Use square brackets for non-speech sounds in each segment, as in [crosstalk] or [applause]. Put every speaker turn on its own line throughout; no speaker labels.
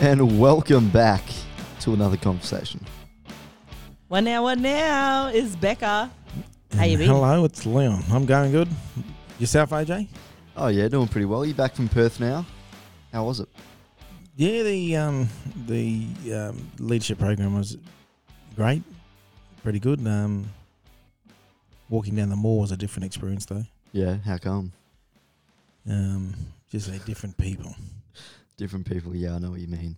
and welcome back to another conversation.
One now, one now is Becca. How you been?
Hello, it's Leon. I'm going good. Yourself, AJ?
Oh yeah, doing pretty well. You back from Perth now? How was it?
Yeah, the um, the um, leadership program was great, pretty good. Um, walking down the mall was a different experience though.
Yeah, how come?
Um, just like different people.
Different people. Yeah, I know what you mean.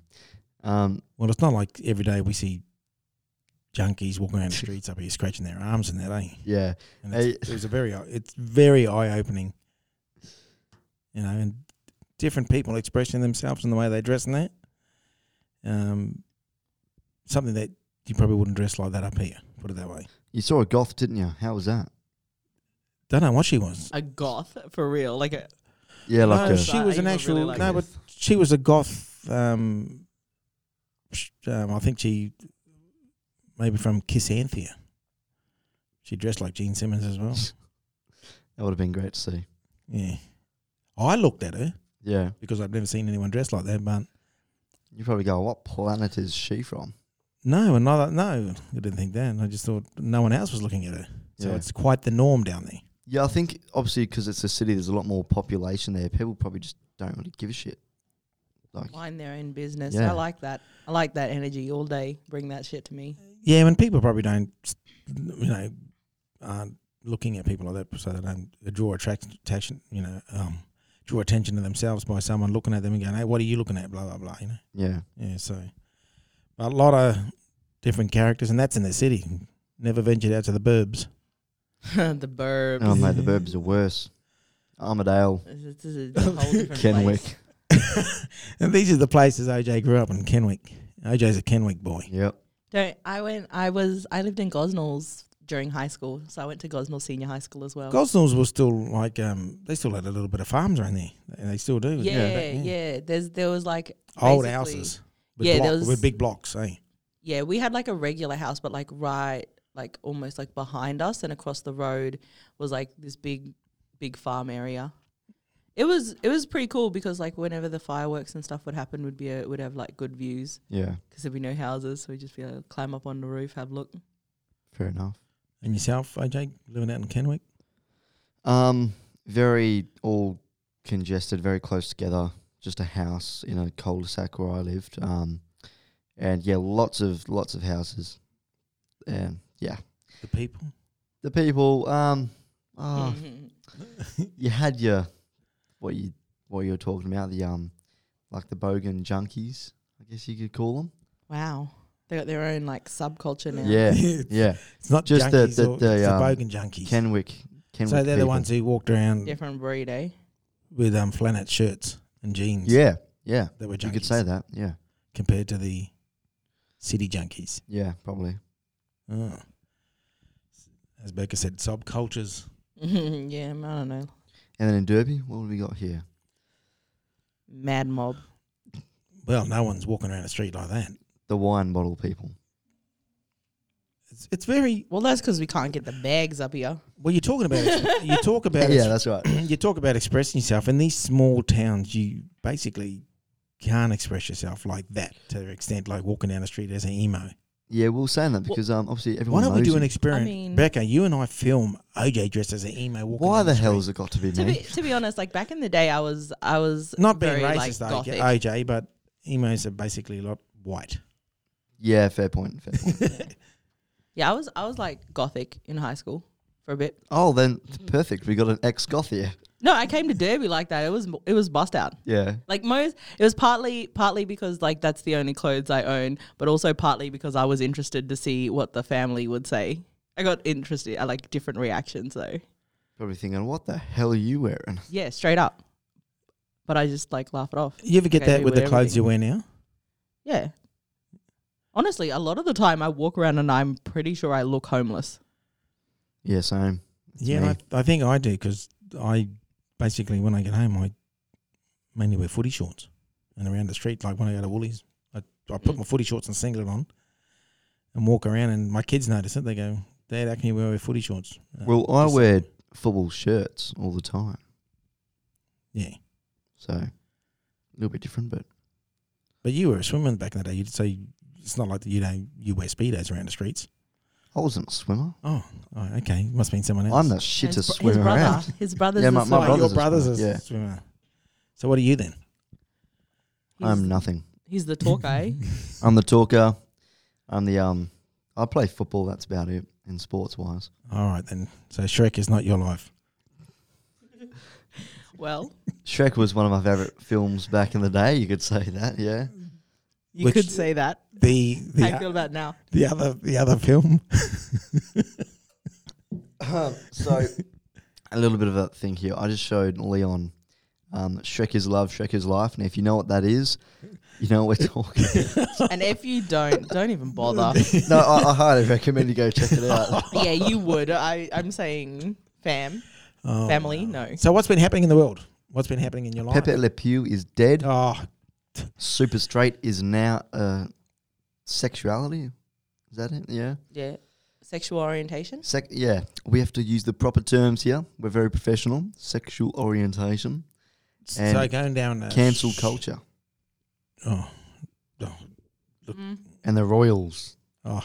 Um,
Well, it's not like every day we see junkies walking [laughs] around the streets up here scratching their arms and that, eh?
yeah,
And it's, it was a very eye- it's very eye opening. You know, and different people expressing themselves and the way they dress and that. Um, something that you probably wouldn't dress like that up here. Put it that way.
you saw a goth, didn't you? How was that?
Don't know what she was.
A goth for real, like a
Yeah, like uh,
no,
a,
Oh, she was an
I really
actual
like
no,
this.
but she was a goth. Um, sh- um, I think she maybe from Kissanthia. She dressed like Gene Simmons as well.
that would have been great to see.
Yeah, I looked at her
Yeah,
because I've never seen anyone dressed like that, but.
you probably go, what planet is she from?
No, another no. I didn't think that. I just thought no one else was looking at her. So
Yeah.
it's quite the norm down there.
Yeah, I think obviously because it's a city, there's a lot more population there. People probably just don't really give a shit. Like,
mind their own business.
Yeah.
I like that. I like that energy all day. Bring that shit to me.
Yeah, and people probably don't, you know, aren't looking at people like that, so they don't draw attract- attraction, you know, um, draw attention to themselves by someone looking at them and going, "Hey, what are you looking at?" Blah blah blah. You know.
yeah,
Yeah. So a lot of different characters, and that's in the city. Never ventured out to the burbs.
[laughs] the burbs.
Um,
oh mate, the burbs are worse. Armadale,
This is a whole
[laughs]
different
Kenwick.
place.
and these are the places OJ grew up in Kenwick. OJ's a Kenwick boy.
Yep.
Don't I went. I was. I lived in Gosnells during high school, so I went to Gosnell Senior High School as well.
Gosnells were still like um, they still had a little bit of farms around there, and they still do.
yeah, yeah,
But,
There's there was like
Old
basically-
houses. With
Yeah,
block,
there was-
with big blocks, eh?
Yeah, we had like a regular house, but like right, like almost like behind us and across the road was like this big, big farm area. It was it was pretty cool because like whenever the fireworks and stuff would happen, would be a, would have like good views
Yeah,
because there'd be no houses, so we'd just be able to climb up on the roof, have a look.
fair enough.
And yourself, OJ, living out in Kenwick.
Um, very all congested, very close together. Just a house in a cul-de-sac where I lived. Um, and yeah, lots of lots of houses. And yeah,
The people.
the people. Um, ah,
Mm-hmm.
Mm-hmm.
you had your what you what you were talking about the um, like the bogan junkies, I guess you could call them.
wow, they got their own like subculture now.
Yeah, yeah.
[laughs] It's not
Just
just
the-
junkies
the-
or-
the,
it's the
um,
bogan junkies.
Kenwick, Kenwick.
so they're the
people.
ones who walked around
different breed, eh? [laughs]
with um flannel shirts and jeans.
Yeah, yeah.
that were junkies.
You could say that. Yeah,
compared to the city junkies.
yeah, probably.
Oh. As Becca said, subcultures.
yeah, I don't know,
And then in Derby, what have we got here?
mad mob.
Well, no one's walking around the street like that.
The wine bottle people.
It's, it's very
Well, that's because we can't get the bags up here.
well. You're
[laughs]
talking about you talk about
yeah, that's right.
[clears throat] you talk about expressing yourself in these small towns you basically can't express yourself like that to the extent like walking down the street as an emo
Yeah, we'll say that
Wh-
because um, obviously
why
everyone.
don't we do
knows
an
it.
experiment
I mean-
becca you and i film oj dressed as an emo walking
Why
down
the,
the
hell's
street.
it got to be
To be
me?
to be honest, like back in the day, I was I was
not being
very,
racist
like,
though,
gothic.
oj but emos are basically a lot
[laughs]
white
Yeah, fair point. Fair
[laughs]
point.
Yeah, I was I was like gothic in high school for a bit.
oh, then perfect. We got an ex goth here.
No, I came to Derby like that. It was it was bust out.
Yeah,
Like most, it was partly partly because like that's the only clothes I own, but also partly because I was interested to see what the family would say. I got interested. I like different reactions though.
probably thinking, what the hell are you wearing?
Yeah, straight up. But I just like laugh it off.
you ever get
Okay,
that with the
whatever
clothes
you-
you wear now
Yeah. Honestly, a lot of the time I walk around and I'm pretty sure I look homeless.
Yeah, same. It's
yeah
me.
and I, I think i do because i basically when i get home i mainly wear footy shorts and around the street like when i go to woolies i, I
Mm.
put my footy shorts and singlet on and walk around and my kids notice it they go dad how can you wear your footy shorts Uh,
Well, I
just-
wear football shirts all the time,
yeah
so a little bit different, but
But you were a swimmer back in the day, you'd say it's not like that you don't you wear speedos around the streets.
I wasn't a swimmer.
Oh, oh okay, must mean someone else.
I'm the
And
shittest
his, bro-
swimmer
his brother,
around.
his brother's
Yeah,
a
my- my
swimmer.
brother's
your
a
brother's a
swimmer, yeah.
swimmer. So what are you then?
He's,
I'm nothing.
he's the talk, eh?
I'm the talker. I'm the um. I play football. That's about it in sports wise.
All right then. So Shrek is not your life.
Well,
Shrek was one of my favorite films back in the day. You could say that. Yeah.
you
Which-
could say that.
The
How you
the,
feel about now?
the other the other film.
so [laughs] a little bit of a thing here. I just showed Leon um, Shrek is love, Shrek is life, and if you know what that is, you know what we're [laughs] talking.
And if you don't, don't even bother.
[laughs] no, I, I highly recommend you go check it out.
yeah, you would. I, I'm saying fam,
Oh.
family, no.
So what's been happening in the world? What's been happening in your
[laughs]
life?
Pepe Le Pew is dead.
Oh,
Super straight is now uh, sexuality. Is that it? Yeah.
Yeah. Sexual orientation?
Sec- yeah, we have to use the proper terms here. We're very professional. Sexual orientation,
so
And
going down a
cancel
sh-
culture,
Oh,
Mm.
and the Royals.
oh,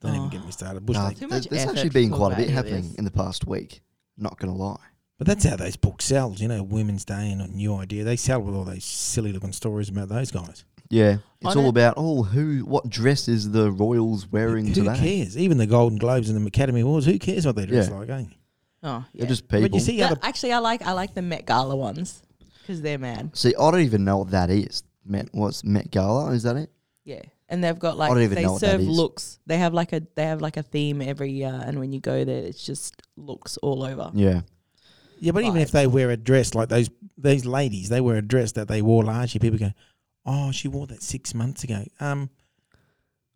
don't even get me started. Bush
Nah,
league.
Too
there's,
much
there's
effort
actually been
for
quite a bit
value,
happening
yes.
in the past week. Not gonna lie.
But that's how those books sell, you know, Women's Day and a New Idea. They sell with all those silly looking stories about those guys.
Yeah, it's
On
all
it-
about oh who what dress is the Royals wearing
who
today?
cares? Even the Golden Globes and the Academy Awards, who cares what they dress
Yeah.
like, eh?
Oh, yeah.
They're just people.
But you see
No,
other
actually, I like I like the Met Gala ones because they're mad.
See, I don't even know what that is. Met what's Met Gala? Is that it?
Yeah, and they've
I
got like
don't even
they
know what that
serve
is.
looks. They have like a they have like a theme every year, and when you go there, it's just looks all over.
Yeah,
Yeah, but even if they wear a dress like those these ladies, they wear a dress that they wore last year, people go, Oh, she wore that six months ago. Um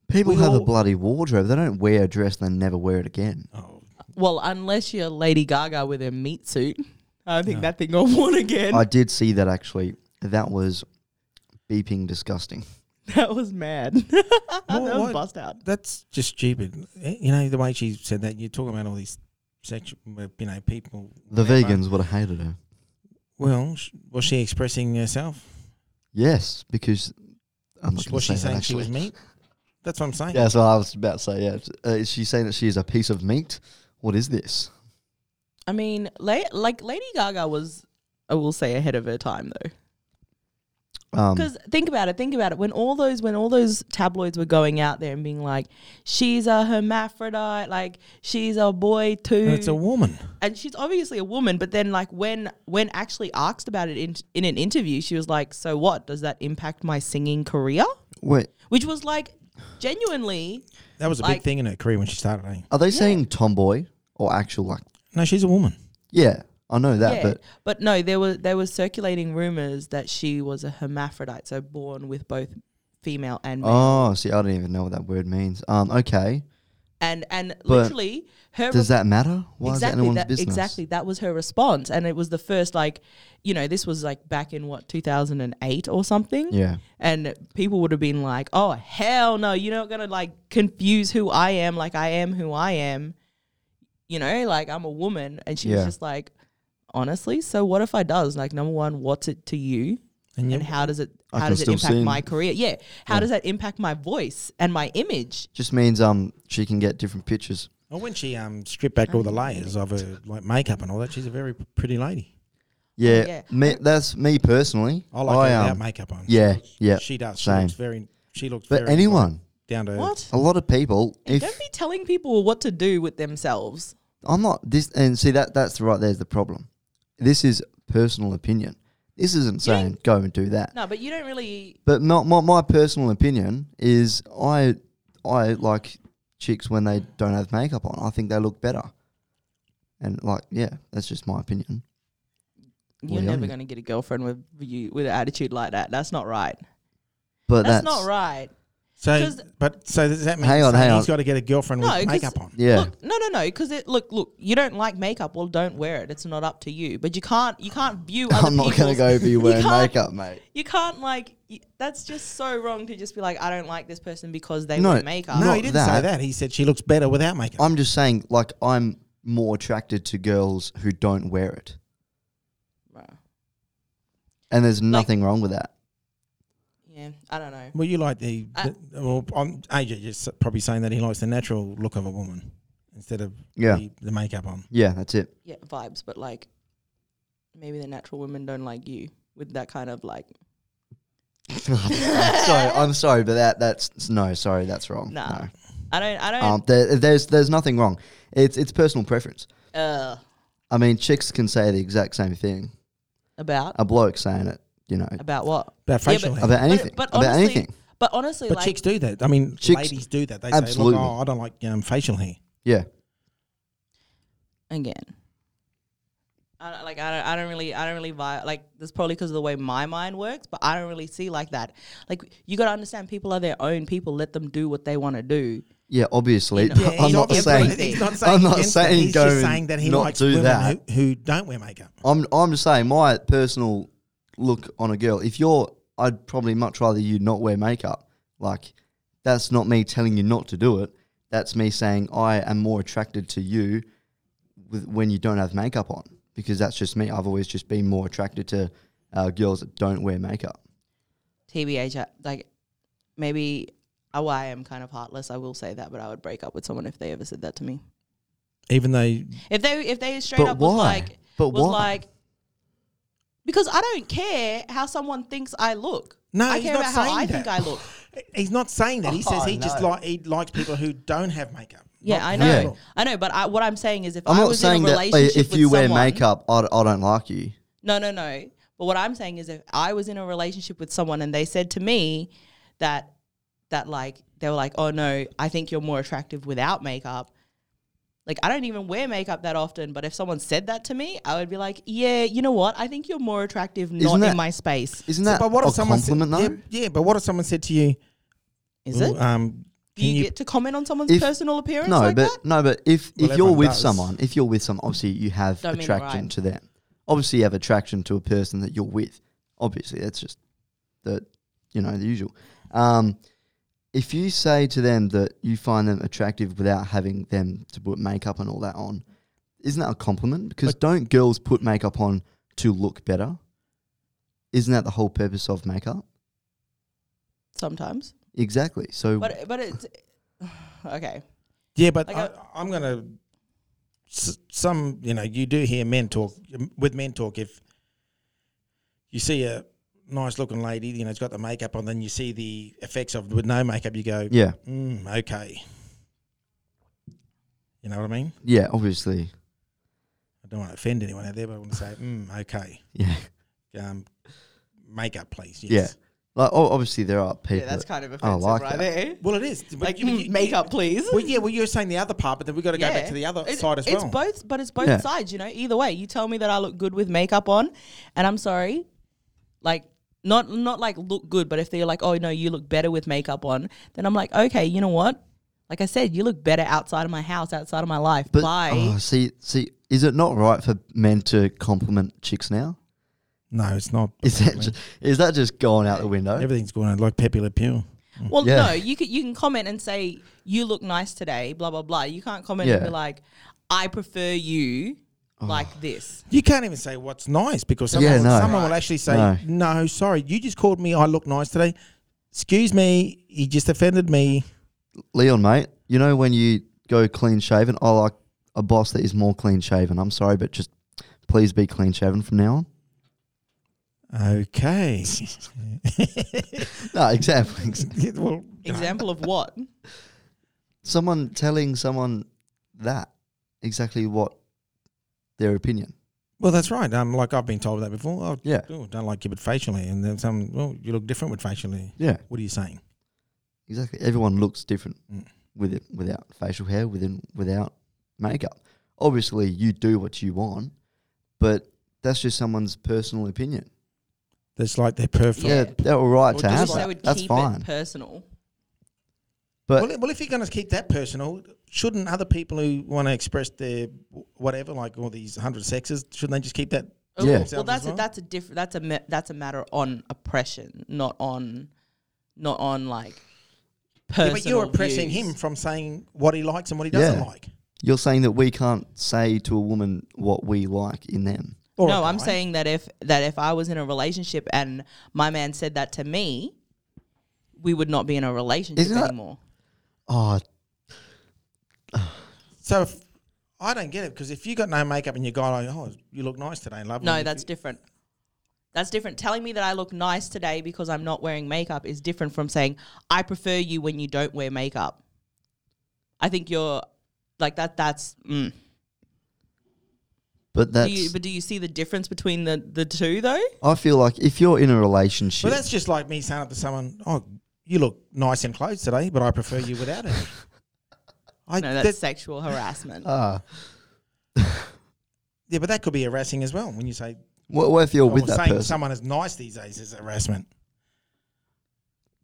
people
We
have a
all-
bloody wardrobe. They don't wear a dress and then never wear it again.
oh,
Well, unless you're Lady Gaga with a meat suit, I don't think that thing got [laughs] worn again.
I did see that actually. That was beeping disgusting.
that was mad. [laughs] that
What-
was
what?
bust out.
that's just stupid. Eh, You know, the way she said that, you're talking about all these sexual you know, people
The
whatever.
vegans would have hated her.
Well, sh- was she expressing herself?
Yes, because I'm not gonna
was
say
she
that
saying she
actually.
was meat? That's what I'm saying.
Yeah, so I was about to say yeah. Uh, is she saying that she is a piece of meat? What is this?
I mean, la- like Lady Gaga was, I will say, ahead of her time though.
Um,
Because think about it, think about it. When all those when all those tabloids were going out there and being like, she's a hermaphrodite, like she's a boy too,
And it's a woman.
and she's obviously a woman. But then, like when when actually asked about it in in an interview, she was like, "So what? Does that impact my singing career?"
wait,
Which was like, genuinely,
That was a big
Like-
thing in her career when she started. Eh?
are they saying tomboy or actual like?
No, she's a woman.
Yeah, I know that,
yeah.
but
But, no, there were there were circulating rumors that she was a hermaphrodite, so born with both female and male.
Oh, see, I don't even know what that word means. Um, okay.
and and
But
literally her
Does that matter? Why is that
exactly
anyone's
that,
business?
exactly that was her response and it was the first like you know this was like back in what 2008 or something
Yeah.
and people would have been like oh hell no you're not gonna like confuse who i am like i am who i am you know like i'm a woman and she
Yeah.
was just like honestly so what if i does like number one what's it to you
And you
and how does it
I
how
can
does it
still
impact
sing.
my career yeah how does that impact my voice and my image
Just means um she can get different pictures.
Well, when she um stripped back all the layers of her like makeup and all that, she's a very p- pretty lady.
Yeah.
yeah.
Me, that's me personally. um,
I like her without makeup on.
yeah, yeah.
she does. She
same.
looks very. She looks.
But
very
anyone,
down to
what
a lot of people, if
Don't be telling people what to do with themselves.
I'm not this, and see that that's right. There's the problem. This is personal opinion. This isn't
You don't-
saying go and do that.
No, but you don't really.
But my, my, my personal opinion is I I like chicks when they don't have makeup on. I think they look better. And like, yeah, that's just my opinion.
You're
Leonie.
never going to get a girlfriend with you with an attitude like that. That's not right.
But that's,
That's, not right.
So,
'Cause-
but so does that mean
Hang on,
so
hang
he's
on.
got to get a girlfriend
No,
with
'cause-
makeup on?
Yeah,
Look, no, no, no. Because it look, look. You don't like makeup. Well, don't wear it. It's not up to you. But you can't. You can't view.
[laughs]
Other
I'm not gonna
people's-
go be
[laughs] you
wearing
can't-
makeup, mate.
You can't like. y that's just so wrong to just be like, I don't like this person because they
No,
wear makeup.
No,
Not
he didn't say
that.
that. He said she looks better without makeup.
I'm just saying, like, I'm more attracted to girls who don't wear it,
Right.
and there's nothing wrong with that.
Yeah, I don't know.
Well, you like the,
Uh,
I-
the well, I'm, AJ just probably saying that he likes the natural look of a woman instead of
Yeah.
the, the makeup on.
Yeah, that's it.
Yeah, vibes, but like maybe the natural women don't like you with that kind of like
[laughs] sorry, I'm sorry, but that that's no, sorry, that's wrong.
Nah.
No.
I don't I don't
Um, there, there's there's nothing wrong. It's it's personal preference.
uh
I mean, chicks can say the exact same thing.
about
Oh,
A bloke saying it, you know,
about what?
About
Yeah,
facial
but-
hair.
about anything.
but
about
honestly,
anything.
But honestly
But
like
chicks do that. I mean,
Chicks-
ladies do that. They
Absolutely.
say, "Look, oh, I don't like um, facial hair."
Yeah.
again. I don't, like I don't, I don't really, I don't really vibe. Like that's probably because of the way my mind works, but I don't really see like that. Like you got to understand, people are their own people. Let them do what they want to do.
Yeah, obviously.
You know.
[laughs]
Yeah,
I'm
he's
not
obviously-
saying
he's
not
I'm not
against that.
saying
He's just
go and
saying that he
not
likes
do
women
that.
Who, who don't wear makeup.
I'm I'm just saying my personal look on a girl. If you're, I'd probably much rather you not wear makeup. Like that's not me telling you not to do it. That's me saying I am more attracted to you with, when you don't have makeup on because that's just me. I've always just been more attracted to uh, girls that don't wear makeup.
TBH, I- uh, like maybe oh, I am kind of heartless. I will say that, but I would break up with someone if they ever said that to me.
Even though
If they, if they straight
But
up was
why?
like,
But
was
why?
like, because I don't care how someone thinks I look.
No,
I
he's
care
not
about how
saying
I
that.
think I look.
he's not saying that. He says
Oh,
he just
no.
like he likes people who don't have makeup.
Yeah,
Not
I
people
know,
at
Yeah.
all.
I know. But I, what I'm saying is, if
I'm
I
not
was
saying
in a
that like,
relationship
if
with
you wear
someone-
makeup, I, d- I don't like you.
No, no, no. But what I'm saying is if I was in a relationship with someone and they said to me that that like they were like, "Oh no, I think you're more attractive without makeup." Like I don't even wear makeup that often, but if someone said that to me, I would be like, "Yeah, you know what? I think you're more attractive not
Isn't that-
in my space."
Isn't
So-
that
but what
a
if someone
compliment
said,
though?
Yeah, yeah, but what if someone said to you,
Is
"Ooh,
it?
Um,
Do
can
you,
you,
get to comment on someone's
If-
personal appearance
No,
like
but
that?
no, but if if
Well,
you're
everyone
with
does.
someone, if you're with someone, obviously you have
Don't mean they're
attraction
right.
to them. Obviously, you have attraction to a person that you're with. Obviously, that's just the you know the usual. Um, if you say to them that you find them attractive without having them to put makeup and all that on, isn't that a compliment? Because don't girls put makeup on to look better? Isn't that the whole purpose of makeup?
Sometimes.
Exactly. So
But but it's [sighs] okay.
yeah, but
Like
I, I, am gonna." s- Some you know you do hear men talk um, with men talk if you see a nice looking lady you know it's got the makeup on then you see the effects of with no makeup you go
yeah,
mm, okay you know what I mean
yeah, obviously,
I don't want to offend anyone out there, but I want to
[laughs]
say, mm, okay,
yeah,
um, makeup, please. Yes.
yeah. Like oh, obviously, there are people.
Yeah, that's
that-
kind of
I
offensive
like
right
that.
there.
Well, it is. But
Like mm,
you-
[laughs]
you-
makeup, please.
Well, yeah. Well, you're saying the other part, but then we've got to go back
Yeah.
to the other
It-
side as well.
It's both, but it's both
Yeah.
sides. You know, either way, you tell me that I look good with makeup on, and I'm sorry, like not not like look good, but if they're like, oh no, you look better with makeup on, then I'm like, okay, you know what? Like I said, you look better outside of my house, outside of my life.
But
Bye.
oh, see, see, is it not right for men to compliment chicks now?
No, it's not.
Is that ju- is that just going out the window?
Everything's going on like Pepe Le Pew.
well,
uh, yeah.
no, you can you can comment and say you look nice today, blah blah blah. You can't comment and
Yeah. Oh.
be like, I prefer you like this.
You can't even say what's nice because someone,
Yeah,
will,
no.
someone will actually say,
No.
no. sorry, you just called me. I look nice today. Excuse me, you just offended me.
Leon, mate, you know when you go clean shaven, I like a boss that is more clean shaven. I'm sorry, but just please be clean shaven from now on. [laughs]
[laughs] Okay.
No, exactly. Ex-
Yeah, well, you know,
Example of what?
someone telling someone that exactly what their opinion.
Well, that's right. Um, like I've been told that before. Oh,
Yeah.
[laughs] oh, don't like you, but facial hair. And then some, well, you look different with facial hair.
Yeah,
What are you saying?
exactly. Everyone looks different
Mm.
with it, without facial hair, within without makeup. Obviously, you do what you want, but that's just someone's personal opinion.
That's like they're perfect.
Yeah,
Yeah.
they're all right
Or
to
just
have
Wish
like-
they
that.
would
That's
keep
fine.
it personal.
but
well, well, if you're going to keep that personal, shouldn't other people who want to express their whatever, like all these hundred sexes, shouldn't they just keep that?
Oh,
Yeah.
Well,
Themselves
that's
as
a,
well?
that's a different that's a ma- that's a matter on oppression, not on, not on like.
Yeah,
Personal
but you're oppressing
views.
him from saying what he likes and what he doesn't
Yeah.
like.
you're saying that we can't say to a woman what we like in them.
Or
no,
a
I'm
guy.
saying that if that if I was in a relationship and my man said that to me, we would not be in a relationship
Isn't that-
anymore.
Oh,
So if, I don't get it because if you got no makeup and you got oh you look nice today, love.
No, that's different. That's different. Telling me that I look nice today because I'm not wearing makeup is different from saying I prefer you when you don't wear makeup. I think you're like that. That's. Mm.
but
Do
that's.
you, but do you see the difference between the the two though?
I feel like if you're in a relationship,
Well, that's just like me saying up to someone, oh, you look nice in clothes today, but I prefer you without it. I
No, that's
that-
[laughs]
sexual harassment.
ah,
yeah, but that could be harassing as well when you say
what, what if you're with
or
that
saying
person?
someone is nice these days is harassment.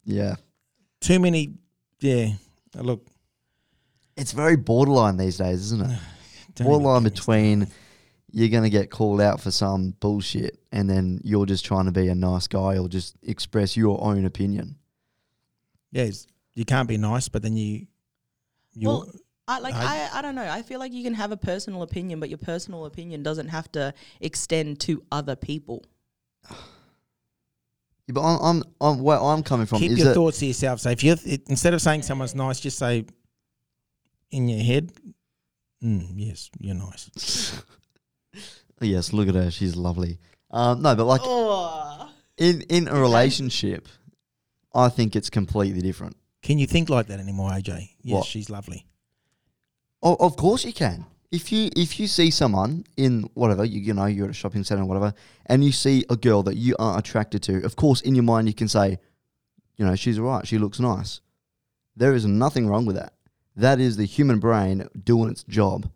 yeah,
Too many, yeah. uh, Look,
it's very borderline these days, isn't it?
don't even-
borderline between you're going to get called out for some bullshit and then you're just trying to be a nice guy or just express your own opinion.
yeah, it's- you can't be nice, but then you, you
Well, I like
I-
I, I don't know. I feel like you can have a personal opinion, but your personal opinion doesn't have to extend to other people.
Yeah, But I'm, I'm, I'm where I'm coming from
keep
is
your
that
thoughts to yourself. So if you it, instead of saying someone's nice, just say in your head, mm, yes, you're nice.
[laughs] yes, look at her, she's lovely. Um, no, but like
Oh.
in in a relationship, I think it's completely different.
Can you think like that anymore, AJ? Yes,
What?
she's lovely.
Oh, of course you can. If you if you see someone in whatever you, you know you're at a shopping center or whatever, and you see a girl that you are attracted to, of course in your mind you can say, you know, she's alright, she looks nice. There is nothing wrong with that. That is the human brain doing its job.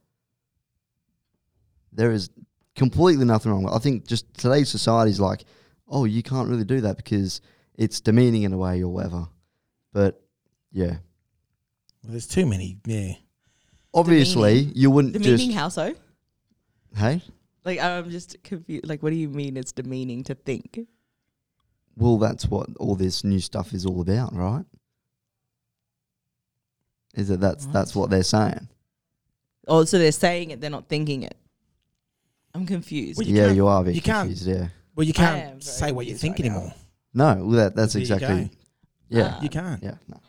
There is completely nothing wrong with. I think just today's society's like, oh, you can't really do that because it's demeaning in a way or whatever. But yeah,
Well, there's too many. Yeah,
obviously you wouldn't
Demeaning
just
how so?
hey.
Like I'm just confused. Like what do you mean it's demeaning to think?
Well, that's what all this new stuff is all about, right? Is that that's that's what they're saying?
Oh, so they're saying it, they're not thinking it. I'm confused.
Well, you
yeah,
can't-
you are a bit
you can't-
confused. Yeah,
well, you
am very
can't say what you
confused right
think
now.
anymore.
no, well, that that's
There you
exactly.
go.
Yeah,
Ah.
You can't.
yeah. No.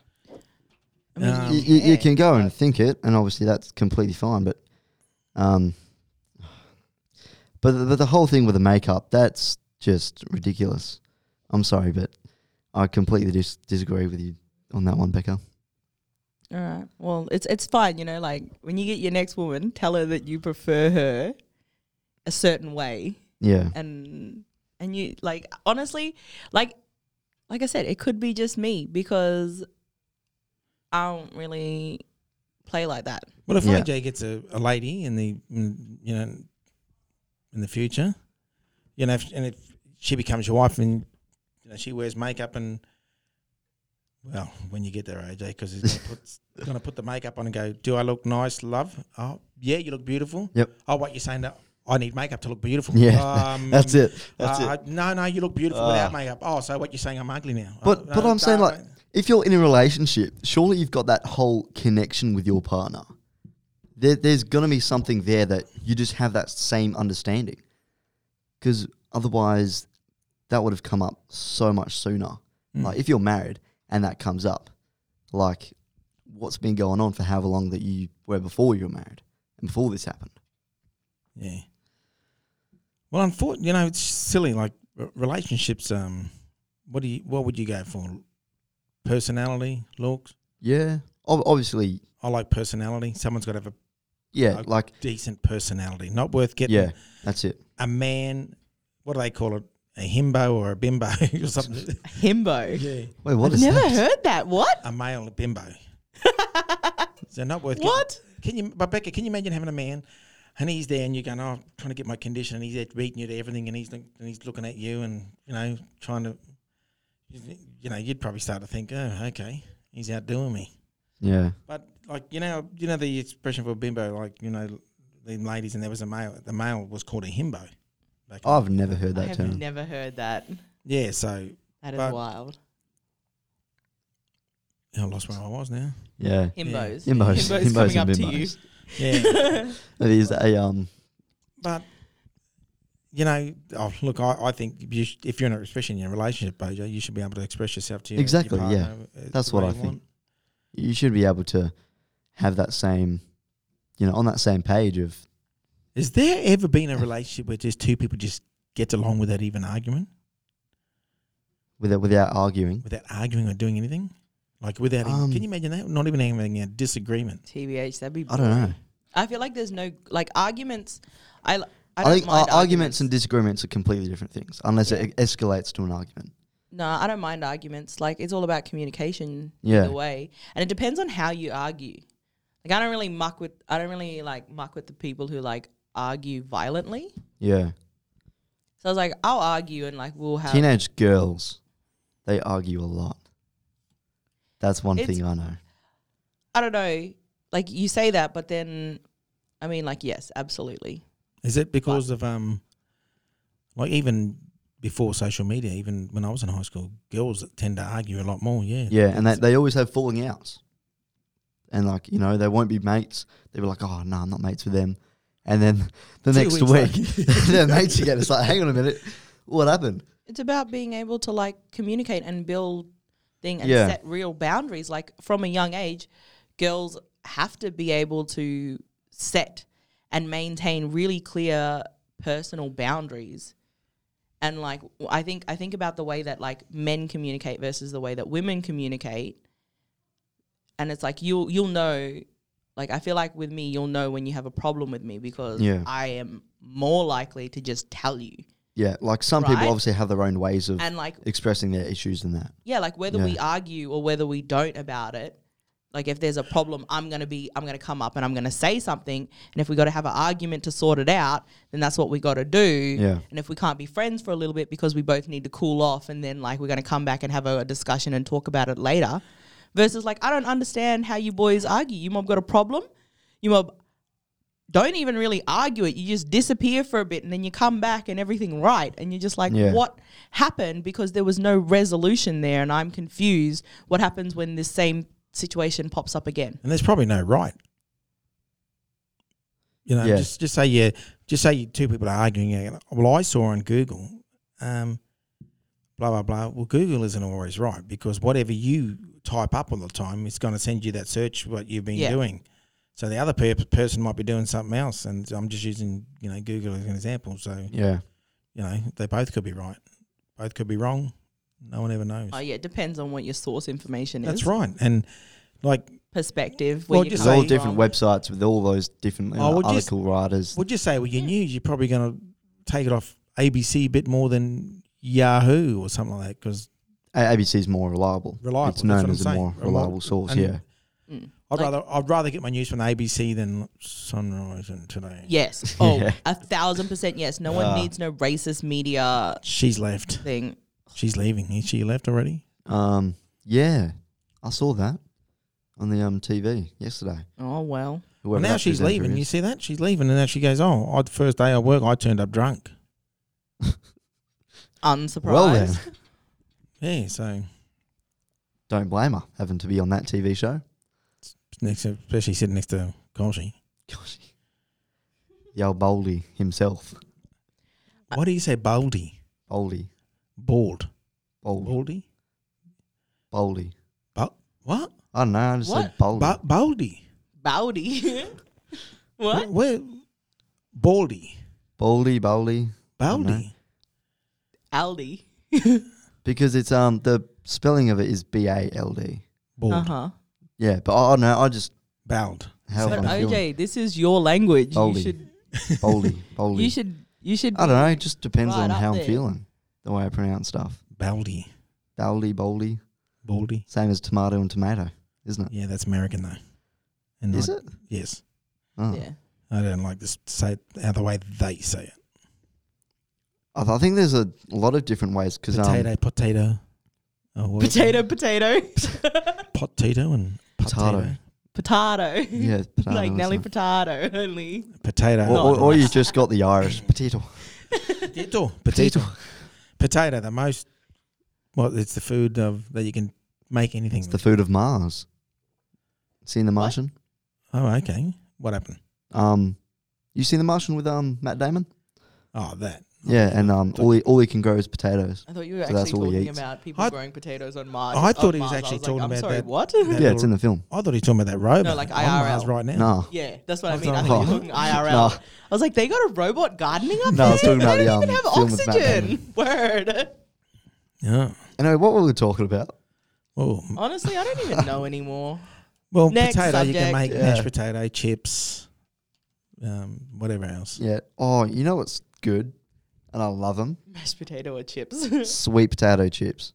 I mean,
Um,
you, you, you can go and think it, and obviously that's completely fine. But, um, but the, but the whole thing with the makeup that's just ridiculous. I'm sorry, but I completely dis- disagree with you on that one, Becca.
All right. Well, it's it's fine, you know, like when you get your next woman, tell her that you prefer her a certain way
Yeah,
and and you like honestly, like like I said, it could be just me because I don't really play like that.
Well, if
Yeah.
AJ gets a, a lady in the in, you know in the future, you know, if, and if she becomes your wife and you know she wears makeup and well, when you get there, AJ, because
[laughs]
he's gonna put, gonna put the makeup on and go, "Do I look nice, love? Oh, yeah, you look beautiful.
Yep.
Oh, what you're saying that I need makeup to look beautiful?
Yeah, [laughs]
Um,
that's it. That's it. Ah.
uh, No, no, you look beautiful without makeup. Oh, so what you're saying? I'm ugly now.
But
Oh,
but
no,
I'm saying
no,
like
no.
if you're in a relationship, surely you've got that whole connection with your partner. There, there's gonna be something there that you just have that same understanding, because otherwise, that would have come up so much sooner. Like if you're married and that comes up, like what's been going on for however long that you were before you were married and before this happened.
Yeah. Well, unfortunately, you know, it's silly. Like r- relationships, um, what do you, what would you go for? Personality, looks.
Yeah, Ob- obviously,
I like personality. Someone's got to have a
yeah,
Okay.
like
decent personality. Not worth getting
yeah, that's it.
a man. What do they call it? A himbo or a bimbo [laughs] or something?
Himbo.
yeah,
Wait, what
I've
is
never
that?
heard that. What?
[laughs] a male bimbo. so not worth. getting-
What?
Can you, but Becca, can you imagine having a man and he's there and you're going, oh, I'm trying to get my condition and he's there beating you to everything and he's look, and he's looking at you and, you know, trying to, you know, you'd probably start to think, oh, okay, he's outdoing me.
Yeah,
But like, you know, you know the expression for bimbo, like, you know, the ladies and there was a male, the male was called a himbo. Back in-
I've never heard
I
that
have
term.
never heard that.
yeah, so
That is
But-
wild.
Oh, I lost where I was now.
yeah.
Himbos.
Himbos.
Himbos,
Himbos
coming up
and
[laughs]
to you.
bimbos.
Yeah.
It is a um.
but you know, oh, look, I, I think you sh- if you're in a, especially in a relationship, Bojo, you should be able to express yourself to your
Exactly,
Your
yeah.
partner, uh,
That's
the
what
way
I
you
think.
want.
You should be able to have that same, you know, on that same page of
Has there ever been a relationship where just two people just gets along without even arguing,
without without arguing.
without arguing or doing anything? Like without,
Um,
can you imagine that? Not even having a disagreement.
TBH, that'd be.
I don't know.
boring. I feel like there's no like arguments. I l- I,
I,
don't
think ar-
mind
arguments. and disagreements are completely different things, unless it escalates to an argument.
No, I don't mind arguments. Like it's all about communication
Yeah.
either way, and it depends on how you argue. Like I don't really muck with I don't really like muck with the people who like argue violently.
Yeah,
So I was like, I'll argue and like we'll have.
teenage girls, they argue a lot. That's one
It's-
thing I know.
I don't know. Like you say that, but then, I mean, like yes, absolutely.
Is it because of um, like even before social media, even when I was in high school, girls tend to argue a lot more. Yeah,
Yeah, and they, they always have falling outs. And like, you know, they won't be mates. They'll be like, oh, no, I'm not mates with them. And then [laughs] the
Two
next
weeks
week,
later.
[laughs] they're mates again. It's like, hang on a minute. What happened?
It's about being able to like communicate and build thing and
Yeah.
set real boundaries. Like from a young age, girls have to be able to set and maintain really clear personal boundaries. And like w- I think I think about the way that like men communicate versus the way that women communicate. And it's like you'll you'll know like I feel like with me you'll know when you have a problem with me because
Yeah.
I am more likely to just tell you.
Yeah, like some
Right.
people obviously have their own ways of
And like
expressing their issues and that.
yeah like whether we
Yeah.
argue or whether we don't about it like if there's a problem i'm gonna be i'm gonna come up and i'm gonna say something and if we gotta have an argument to sort it out then that's what we gotta do
Yeah.
and if we can't be friends for a little bit because we both need to cool off and then like we're gonna come back and have a, a discussion and talk about it later versus like i don't understand how you boys argue you mob got a problem you mob don't even really argue it. You just disappear for a bit and then you come back and everything right. And you're just like,
Yeah.
what happened? Because there was no resolution there and I'm confused. What happens when this same situation pops up again?
and there's probably no right. You know,
Yeah.
just just say yeah, just say you two people are arguing. yeah, Well, I saw on Google, um, blah blah blah. Well, Google isn't always right because whatever you type up all the time, it's going to send you that search what you've been
Yeah.
doing. So the other per- person might be doing something else, and I'm just using you know Google as an example. So
Yeah.
you know they both could be right, both could be wrong. No one ever knows.
Oh, yeah, it depends on what your source information is.
That's right, and like
Perspective.
Well,
you
just
There's
come
all
say-
different
from.
websites with all those different you
I
know,
would
article
just-
writers.
Would you say well, your news? You're probably going to take it off ABC a bit more than Yahoo or something like that because
A- ABC is more reliable.
Reliable,
It's
that's
known
what I'm
as a
saying.
more
Reli-
reliable source.
and-
yeah.
Mm.
I'd
Like-
rather I'd rather get my news from ABC than Sunrise and Today.
Yes. Oh,
Yeah.
a thousand percent yes. No
Ah.
one needs no racist media
She's left.
thing.
She's leaving. Is she left already?
Um, yeah. I saw that on the um, TV yesterday.
Oh, well.
Well,
Whoever
now
that
she's
presenter
leaving.
is.
You see that? She's leaving, and now she goes. Oh, I, the first day I work, I turned up drunk.
Unsurprised.
Well then.
Yeah, so
[laughs] Don't blame her having to be on that TV show.
next, especially sitting next to Golgi.
Gosh. Yo, Boldy himself.
Why do you say Baldy?
Boldy.
Bald.
Bold.
Baldy.
Boldy.
What?
I don't know. I just said Boldy.
Ba- Baldy.
Bowdy. [laughs] what?
Where? Baldy.
Boldy, Boldy. know.
Baldy.
Aldi.
Because it's um the spelling of it is B A L D.
Bald.
Uh huh.
Yeah, but I I don't know. I just
Bald.
how
But
am I feeling?
OJ, this is your language.
Boldy.
You should.
Boldy. Boldy.
You should. You should.
I don't know. It just depends
Right
on
up
how
there.
I'm feeling, the way I pronounce stuff.
[laughs] Baldy.
Boldy, Boldy.
Baldy.
Same as tomato and tomato, isn't it?
Yeah, that's American though. And
Is
I-
it?
Yes.
Oh.
Yeah.
I don't like to s- say it how the way they say it.
I, th- I think there's a lot of different ways because
Potato,
um,
potato. Oh, what is
Potato, potato,
it? Potato and
Potato.
potato.
potato. [laughs]
yeah, potato
like
and
Nelly
stuff.
Potato only.
Potato.
or, or, or you just got the
[laughs]
Irish potato.
potato. Potato. Potato, the most. Well, it's the food of that you can make
[laughs]
anything.
It's the
with.
food of Mars. Seen the
What?
Martian?
oh, okay. What happened?
Um, you seen the Martian with um Matt Damon?
Oh, that.
Yeah, and um, all he, all he can grow is potatoes.
I thought you were
So that's
actually
all he
talking
eats.
about people
I-
growing potatoes on Mars.
I
on
thought he was
Mars. I
actually
like,
talking
I'm
about
sorry,
that-
What? [laughs]
that
Yeah, it's
little-
in the film.
I thought he was talking about that robot.
like
on Mars
IRL.
right now.
No,
yeah, that's what I
I'm
mean. I
sorry.
thought you were
Oh.
talking
[laughs]
IRL.
No.
I was like, they got a robot gardening up
No, I
there.
was talking about
they
the,
don't even
um,
have
film with Matt
oxygen. [laughs] Word.
Yeah.
Anyway, what were we talking about?
Oh.
Honestly, I don't even know anymore. [laughs]
Well,
Next
potato you can
subject.
make
Yeah.
mashed potato chips, um, whatever else.
Yeah. Oh, you know what's good, and I love them.
Mashed potato or chips? [laughs]
Sweet potato chips.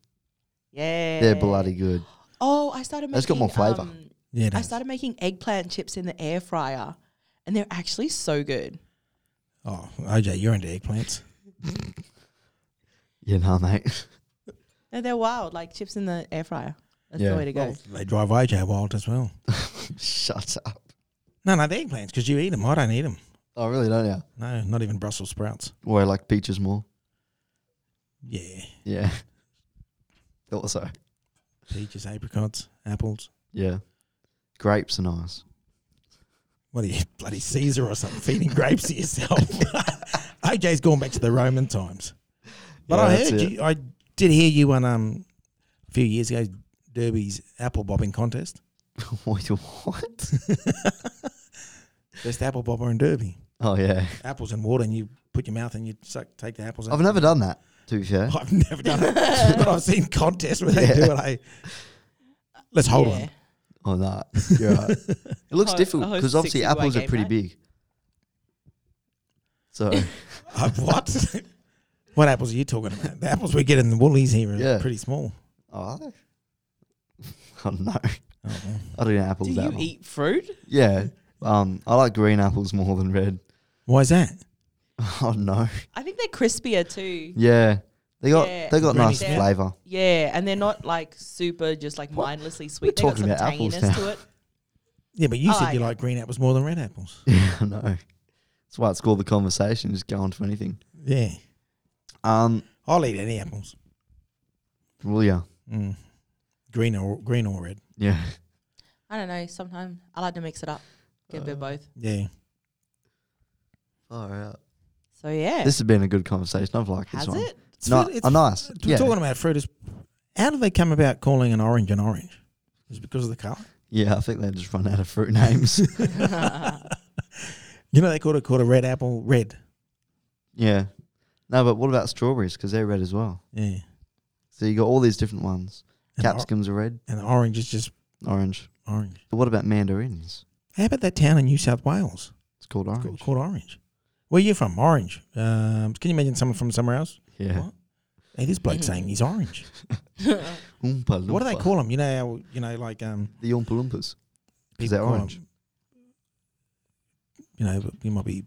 yeah,
They're bloody good.
Oh, I started making.
That's got more flavour.
um,
Yeah. it
I
is.
started making eggplant chips in the air fryer, and they're actually so good.
Oh, OJ, you're into eggplants.
You know, mate. [laughs]
No, they're wild, like chips in the air fryer. That's
Yeah.
the way to go.
Well, they drive OJ wild as well.
Shut up.
No, no, they're eggplants because you eat them. I don't eat them.
Oh, really? Don't you?
No, not even Brussels sprouts.
Or I like peaches more.
Yeah.
Yeah. [laughs] Also,
Peaches, apricots, apples.
yeah. Grapes are nice. [laughs]
What are you, [laughs] bloody Caesar or something, feeding grapes to yourself? [laughs] OJ's gone back to the Roman times. But
Yeah,
I
that's
heard
it.
you, I did hear you on um, a few years ago, Derby's apple bobbing contest.
Wait, what?
Best apple bobber in Derby.
Oh, yeah.
Apples in water, and you put your mouth and you suck, take the apples out.
I've never done that, to be
[laughs]
fair.
I've never
[laughs]
done it, but I've seen contests where they
Yeah.
do it. Hey, let's hold
Yeah.
on.
Oh, no. You're right. It looks
[laughs] Ho-
difficult
a host
because obviously
60
apples
white
are pretty
game
big. So,
[laughs]
Uh, what? [laughs] what apples are you talking about? The apples we get in the Woolies here are
Yeah.
pretty small.
oh, are they? [laughs] Oh, no.
Oh, well.
I don't eat apples
Do
that
you
much.
eat fruit?
Yeah. Um, I like green apples more than red. [laughs]
Why is that?
Oh, no.
I think they're crispier too.
Yeah. They got
Yeah.
they got
Granny
nice
Smith.
flavour. [laughs]
Yeah, and they're not like super just like mindlessly sweet. They got
talking
some
about apples
tanginess
now.
to it.
Yeah, but you
I
said
like
you
it.
like green apples more than red apples.
Yeah, I know. That's why it's called the conversation. Just go on to anything.
Yeah,
Um,
I'll eat any apples,
well, yeah,
mm. green or green or red.
yeah.
I don't know. Sometimes I like to mix it up, get a bit of
Uh,
both.
Yeah,
All right.
So yeah,
This has been a good conversation. I've liked
has
this one.
it? [laughs]
[laughs] It's not
fruit-
oh, nice.
We're
Yeah,
talking about fruit. Is how do they come about calling an orange an orange? Is it because of the color?
yeah. I think they just run out of fruit
[laughs]
names. [laughs]
You know, they could have called a red apple red.
yeah. No, but what about strawberries? Because they're red as well.
Yeah,
So you got all these different ones.
and, the or-
Capsicums are red,
and the orange is just
orange.
orange.
But what about mandarins?
How about that town in New South Wales?
It's called
It's
orange.
called, called Orange. Where you from? Orange. Um, can you imagine someone from somewhere else?
Yeah.
What? Hey, this
Hmm.
bloke saying he's orange.
Oompa
What do they
Loompa.
call him? You know, how, you know, like um,
The Oompa Loompas.
people
they're
call 'em-
orange.
you know, you might be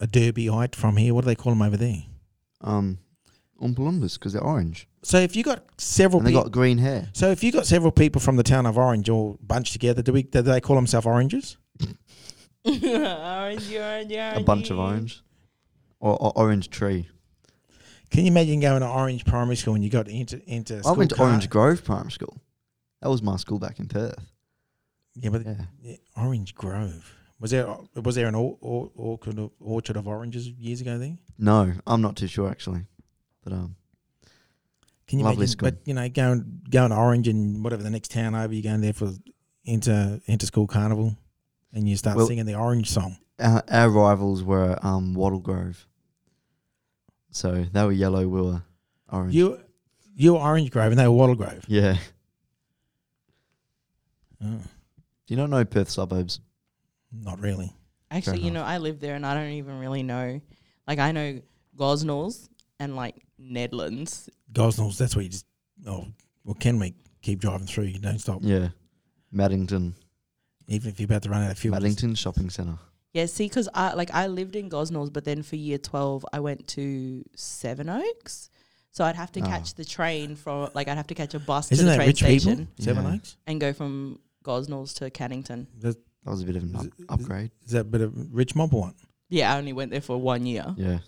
a Derbyite from here. What do they call them over there?
Um, Oompa Loompas because they're orange
So if you got several,
and they
peo-
got green hair.
so if you got several people from the town of Orange all bunched together, do we? Do they call themselves oranges?
orange, orange, orange.
A bunch of orange, or, or orange tree.
Can you imagine going to Orange Primary School and you got into into?
I
school
went to
car-
Orange Grove Primary School. That was my school back in Perth.
Yeah, but
Yeah.
yeah, Orange Grove was there? Was there an or, or, orchard, of, orchard of oranges years ago? There.
No, I'm not too sure actually. But um,
Can you
Lovely
imagine?
school.
But you know, going going to Orange and whatever the next town over, you're going there for inter inter school carnival, and you start
Well-
singing the Orange song.
our, our rivals were um Wattle Grove. So they were yellow. We were orange.
You you were Orange Grove and they were Wattle Grove.
yeah.
Oh,
Do you not know Perth suburbs?
not really.
Actually,
Fair
Uh-huh.
you know,
enough.
I live there and I don't even really know. Like, I know Gosnells and like Nedlands.
Gosnells, that's where you just oh well can we keep driving through, you don't stop.
Yeah. Maddington,
Even if you're about to run out of fuel. just-
Maddington Shopping Centre.
Yeah, see, because I like I lived in Gosnells, but then for year twelve, I went to Seven Oaks. So I'd have to
Ah.
catch the train from like I'd have to catch a bus
Isn't
to the
that
train
rich
station
people? Seven
Yeah.
Oaks?
and go from Gosnells to Cannington.
That-
That was a bit of an
Is
up-
it- is-
upgrade.
Is that a bit of rich mob or what?
Yeah, I only went there for one year.
Yeah.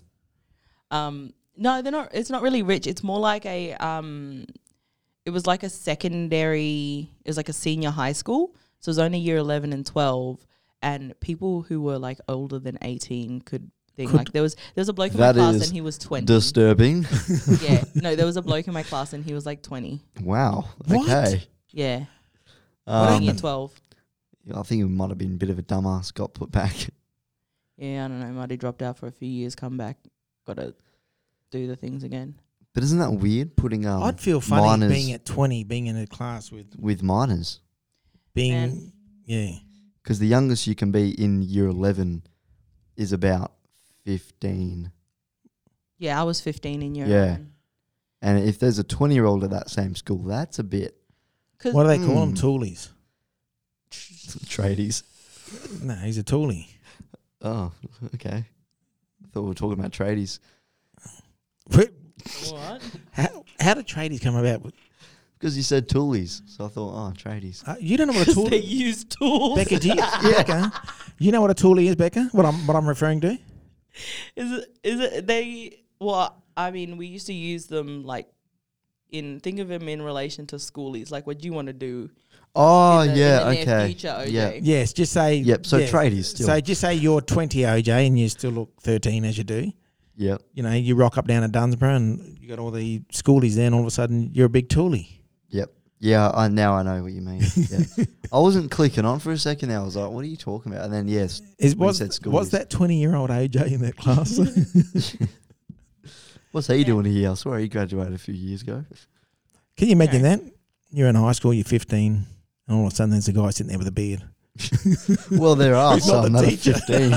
Um, no, they're not. It's not really rich. It's more like a. Um, it was like a secondary. It was like a senior high school. So it was only year eleven and twelve, and people who were like older than eighteen could thing.
Could-
like there was there was a bloke in
That
my class
is
and he was twenty.
Disturbing. [laughs]
yeah, no, there was a bloke in my class and he was like twenty.
Wow.
What?
Okay.
Yeah,
Um,
like year twelve.
I think it might have been a bit of a dumbass got put back. [laughs]
Yeah, I don't know. Might have dropped out for a few years, come back, got to do the things again.
But isn't that weird putting um
I'd feel funny
minors
being at 20, being in a class with
with minors
being,
And-
yeah,
because the youngest you can be in year 11 is about 15.
Yeah, I was fifteen in year.
Yeah.
eleven.
And if there's a 20-year-old at that same school, that's a bit
'Cause- [laughs]
what do they call them?
Mm.
Toolies.
tradies.
No, he's a toolie.
Oh, okay. I thought we were talking about tradies
But
what? [laughs]
how, how did tradies come about? With,
because you said toolies. So I thought, oh, tradies.
uh, you
[laughs]
don't know what a
they
toolie
use tools.
[laughs] Becca, do you, Becca, you know what a toolie is, Becca? What I'm what I'm referring to?
Is it? Is it? They? Well, I mean, we used to use them like in think of them in relation to schoolies. Like, what do you want to do?
Oh,
in the-
yeah,
in the near
okay.
future, OJ.
Yeah.
Yes, just say
Yep, so
yeah.
tradies still.
So just say you're 20 OJ and you still look 13 as you do.
yep.
You know, you rock up down at Dunsborough and you got all the schoolies there, and all of a sudden you're a big toolie.
Yep. Yeah, I now I know what you
[laughs]
mean. Yeah. I wasn't clicking on for a second. there. I was like, what are you talking about? And then yes,
Is
When you
was,
said
was
schoolies.
that 20 year old AJ in that class?
what's he doing here? I swear he graduated a few years ago.
Can you imagine that? You're in high school, you're 15, and all of a sudden there's a guy sitting there with a beard.
Well, there are
[laughs] He's not
some
the
that are
teacher.
15.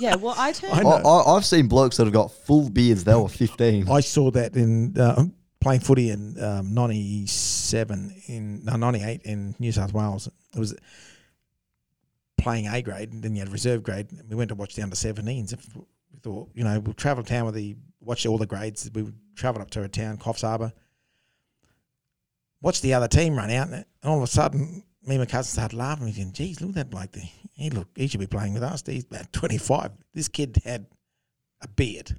Yeah. Well, I turned.
I, I, I've seen blokes that have got full beards that were 15.
I saw that in uh, playing footy in um, 97 in no, 98 in New South Wales. It was playing A grade, and then you had reserve grade. And we went to watch the under 17s. If we thought, you know, we'll travel to town with the watch all the grades. We would travel up to a town, Coffs Harbour, watch the other team run out, and all of a sudden. Me and my cousin started laughing. We thinking, geez, look at that bloke there. He look, he should be playing with us. He's about twenty five. This kid had a beard,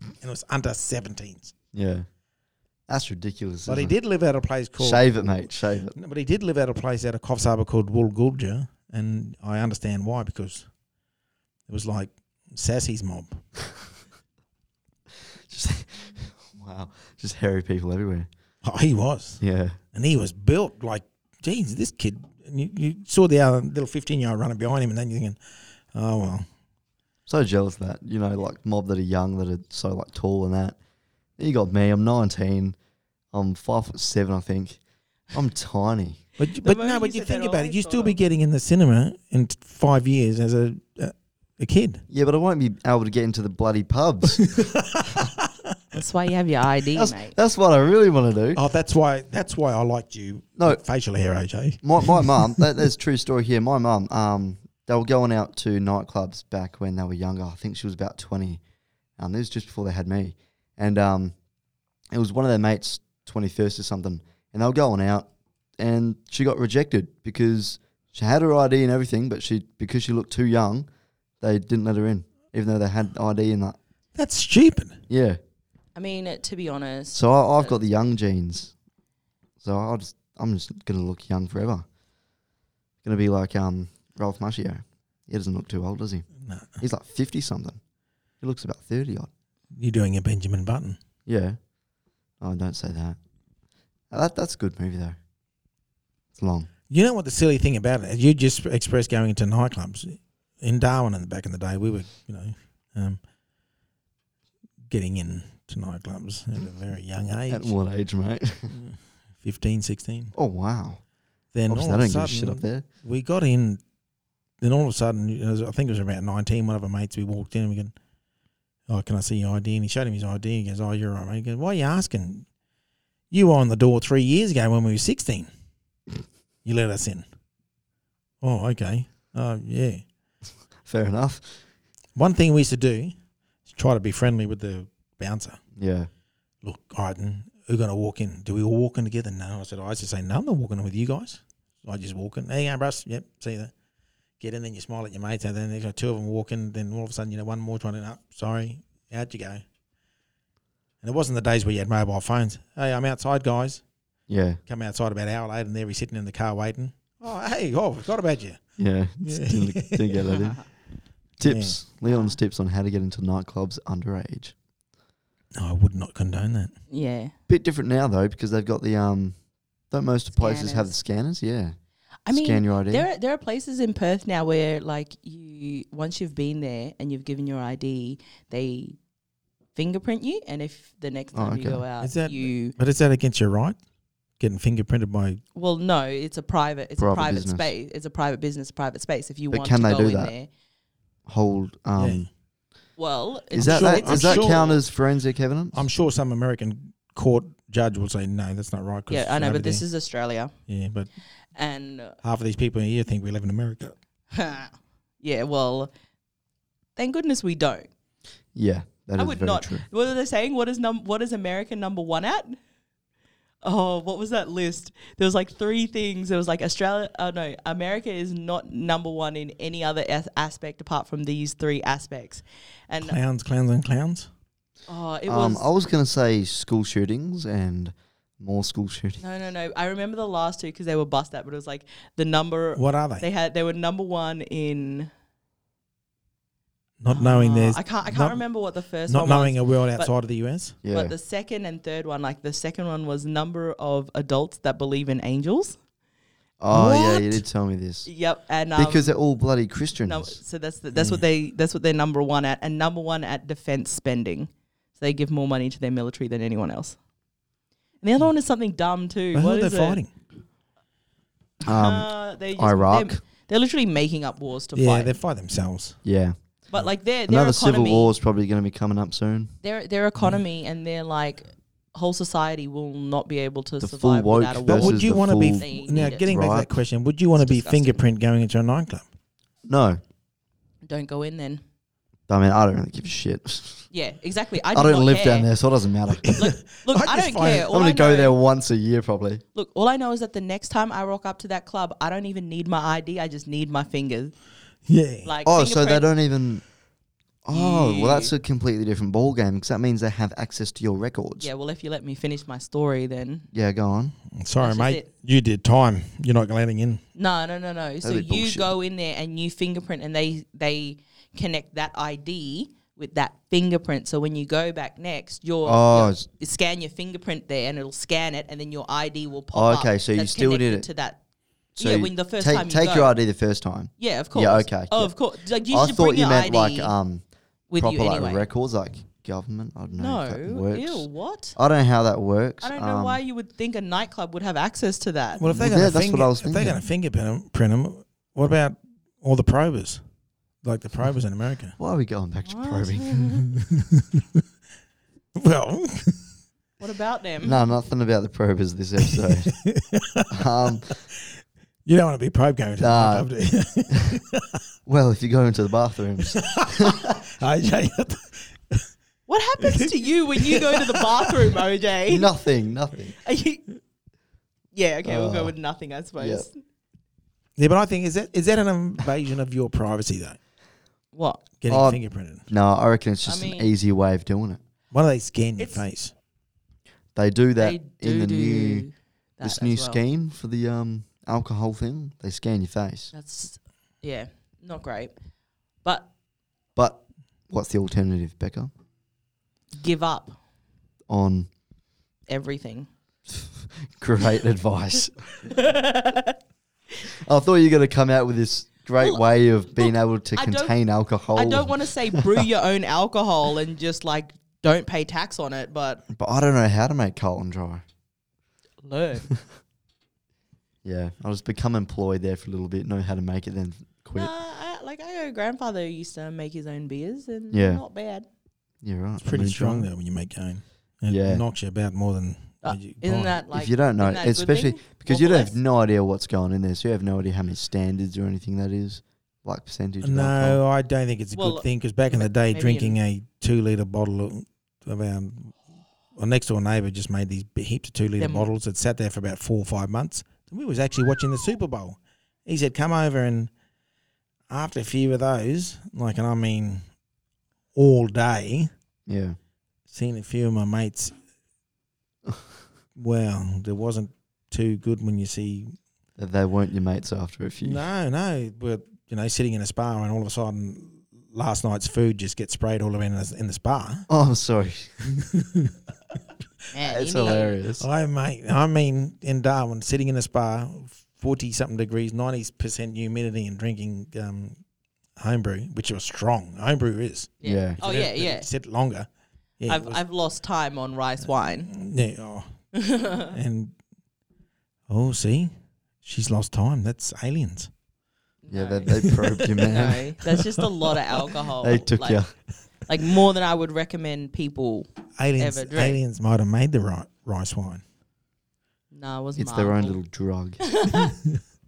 and it was under seventeens.
Yeah. That's ridiculous.
But he
isn't
did live out of a place
it?
called.
Mm-hmm. Shave it, mate. Shave it. [laughs]
No, but he did live out of a place out of Coffs Harbour called Woolgoolja, and I understand why because it was like Sassy's mob.
Just, [laughs] wow. Just hairy people everywhere.
Oh, he was,
Yeah.
and he was built like, geez, this kid. And you, you saw the other little fifteen-year-old running behind him, and then you're thinking, oh well,
So jealous of that. You know, like mob that are young, that are so like tall and that. Then you got me. I'm 19. I'm five foot seven, I think. I'm tiny.
But you- but
moment
no,
you
but you
said that,
think
I
about it,
always
you'd still
thought
be
of-
getting in the cinema in t- five years as a a, a kid.
Yeah, but I won't be able to get into the bloody pubs.
That's why you have your ID,
that's,
mate.
that's what I really want to do.
Oh, that's why. That's why I liked you.
No,
facial hair, AJ.
My my mum, that, that's a true story here. My mum, um, they were going out to nightclubs back when they were younger. I think she was about twenty. Um, this was just before they had me, and um, it was one of their mates' twenty first or something, and they were going out, and she got rejected because she had her ID and everything, but she because she looked too young, they didn't let her in, even though they had ID and that.
That's stupid.
Yeah,
I mean, uh, to be honest,
so I, I've got the young genes, so I just I'm just gonna look young forever. Gonna be like um Ralph Macchio. He doesn't look too old, does he?
No.
He's like fifty something. He looks about thirty odd.
You're doing a Benjamin Button.
Yeah. Oh, don't say that. Uh, That that's a good movie though. It's long.
You know what the silly thing about it? You just expressed going into nightclubs in Darwin. In the back in the day, we were you know um, getting in to nightclubs at a very young
At
age,
what age, mate? [laughs]
15, 16.
Oh wow.
Then
Obviously, I
all
don't
of a
give a
sudden,
shit up there.
we got in. Then all of a sudden, you know, I think it was about nineteen. One of our mates, we walked in and we go, "Oh, can I see your ID?" And he showed him his ID. He goes, "Oh, you're all right." mate." He goes, "Why are you asking? You were on the door three years ago when we were sixteen. You let us in." Oh, okay. Oh, yeah.
Fair enough.
One thing we used to do is try to be friendly with the bouncer.
Yeah.
Look, Iden, who's going to walk in? Do we all walk in together? No. I said, I just say, no, I'm not walking in with you guys. I just walk in. There you go, Russ. Yep, see you there. Get in, then you smile at your mates. And then there's like two of them walk in. Then all of a sudden, you know, one more trying to, up. sorry, out you go. And it wasn't the days where you had mobile phones. Hey, I'm outside, guys.
Yeah.
Come outside about an hour later, and there he's sitting [laughs] in the car waiting. Oh, hey, oh, forgot about you.
Yeah. didn't, didn't get that in. Tips. Leon's tips on how to get into nightclubs underage.
No, I would not condone that.
[laughs] Yeah.
Bit different now though because they've got the um. Don't most places have the scanners? Yeah.
I mean,
scan your ID.
There are, there are places in Perth now where like you once you've been there and you've given your ID, they fingerprint you, and if the next
Oh,
time you
okay.
go out,
Is that-
you
But is that against your right? Getting fingerprinted by
well no, it's a private it's
Private
a private
business.
space it's a private business private space. If you
But
want
can
to
they
go
do
in
that?
there,
Hold. Um,
Yeah.
well,
Is
it's-
that,
sure-
that
it's
does
a
that
legal-
count as forensic evidence?
I'm sure some American court judge will say no, that's not right. 'cause
Yeah, I know,
over
but this
there-
is Australia,
yeah, but
and [laughs]
half of these people here think we live in America.
yeah, well, thank goodness we don't.
yeah, that is
I would
very
not.
true.
What are they saying? What is num? What is America number one at? Oh, what was that list? There was like three things. There was like Australia. Oh no, America is not number one in any other as- aspect apart from these three aspects. And
Clowns, clowns, and clowns.
oh, it
Um,
was
I was going to say school shootings and more school shootings.
no, no, no. I remember the last two because they were bust at, but it was like the number
What are they?
they had. They were number one in.
not knowing
Oh,
there's
I can't. I can't
not-
remember what the first
not
one was.
knowing a world outside of the US.
Yeah.
But the second and third one, like the second one was number of adults that believe in angels.
oh yeah, you
What?
did tell me this
Yep, and um,
because they're all bloody Christians.
no, so that's the,
Mm.
that's what they that's what they're number one at, and number one at defense spending. So they give more money to their military than anyone else. And the other one is something dumb too.
But who
What
are they
is it?
fighting?
um,
Uh, they just-
Iraq.
They're, they're literally making up wars to
Yeah,
fight.
they fight themselves.
yeah,
but like their their
another
economy,
civil war is probably going to be coming up soon.
their their economy, and their like whole society will not be able to
The full
survive
woke
without a
But
war.
versus-
would you
the
want to
full-
They
be now
need it.
getting back to
Right.
that question? Would you want to
It's
be
disgusting.
fingerprint going into a nightclub?
No,
Don't go in then.
I mean I don't really give a shit.
Yeah, exactly.
[laughs]
I,
I,
do
don't
not
live
care.
down there, so it doesn't matter. [laughs]
Look, look,
I
I,
just
don't
find-
care.
I'm
[laughs] All I
gonna go
know-
there once a year probably.
Look, all I know is that the next time I rock up to that club, I don't even need my ID. I just need my fingers.
Yeah.
Like
Oh, so they
fingerprint-
don't even. Oh,
Yeah.
well, that's a completely different ball game because that means they have access to your records.
Yeah, well, if you let me finish my story, then
Yeah, go on.
Sorry,
That's just
mate.
it.
You did time. You're not letting in.
no, no, no, no. So
be
you
bullshit.
go in there and you fingerprint, and they they connect that ID with that fingerprint. So when you go back next, your
Oh,
your-
it's-
you scan your fingerprint there, and it'll scan it, and then your ID will pop
Oh,
up.
okay, so you
that's
still did
connected
it.
to that.
So
yeah,
you
when the first
take,
time you
take
go.
your ID the first time.
Yeah, of course.
Yeah, okay,
Oh,
yeah.
of course. Like you
I
should
thought
bring
you
your
meant
ID
like um
with
proper
you anyway.
like records, like government. I don't know. if that
No,
works.
ew, what?
I don't know how that works.
I don't know
um,
why you would think a nightclub would have access to that.
Well, if they're
Well, yeah,
going to
that's
finger,
what I was
if they're going to fingerprint them, what about all the probers, like the probers in America?
Why are we going back to
What?
probing?
[laughs]
[laughs]
Well,
What about them?
no, nothing about the probers this episode. um,
you don't want to be probe going to
Nah.
the nightclub, do you? [laughs]
well, if you go into the
[laughs]
bathrooms,
AJ,
What happens to you when you
[laughs]
go to the bathroom, OJ?
nothing, nothing.
Are you- yeah, okay, we'll
Uh,
go with nothing, I suppose.
yeah, but I think is that is that an invasion of your privacy though?
What?
Getting
Oh.
fingerprinted.
No, I reckon it's
I
just
mean-
an easy way of doing it.
Why do they scan your
It's-
face?
They do that
They
in
do
the
do
new
that
this
as
new
well.
scheme for the um alcohol thing. They scan your face.
That's yeah, not great. But
But what's the alternative, Becca?
give up
On
everything.
[laughs]
[laughs]
great [laughs] advice. I thought you were going to come out with this great
Well,
way of being able to
I don't-
contain alcohol.
I don't want to
[laughs]
say brew your own alcohol and just like don't pay tax on it, but
but I don't know how to make Carlton dry. [laughs]
learn.
Yeah, I'll just become employed there for a little bit, know how to make it, then quit.
Nah, I, like I know, grandfather used to make his own beers, and
Yeah.
not bad.
You're right.
It's pretty
I mean,
strong
dry.
though when you make game. It
Yeah.
knocks you about more than
Uh,
Oh, you
isn't
buy.
that like
if you don't know,
isn't that a good
especially
thing?
because you
More
don't
for
have no idea what's going in there, so you have no idea how many standards or anything that is, like percentage. of alcohol.
No, I don't think it's a
Well,
good thing because back in the day,
maybe
drinking a two liter bottle of, of um, our next door neighbour just made these big heaps of two liter
Them-
bottles that sat there for about four or five months. And we was actually watching the Super Bowl. He said, "Come over and after a few of those, like, and I mean, all day,
Yeah.
seen a few of my mates. Well, there wasn't too good when you see
That they weren't your mates after a few.
no, no. But you know, sitting in a spa and all of a sudden last night's food just gets sprayed all around in the, in the spa.
[laughs] Oh, I'm sorry.
Man,
It's
you need-
hilarious.
I mate, I mean, in Darwin, sitting in a spa, forty something degrees, ninety percent humidity, and drinking um, homebrew, which was strong. Homebrew is.
Yeah.
Oh
If
yeah,
it- if
yeah.
it Sit longer. Yeah,
I've
it was-
I've lost time on rice wine. [laughs]
yeah. Oh. and oh, see, she's lost time. That's aliens.
Yeah,
No.
they, they probed
[laughs]
you, man.
No, that's just a lot of
[laughs]
alcohol.
They took
like,
you.
like more than I would recommend people.
Aliens.
Ever drink.
Aliens might have made the right rice wine.
No, it was
It's their own little
Marvel. [laughs]
drug.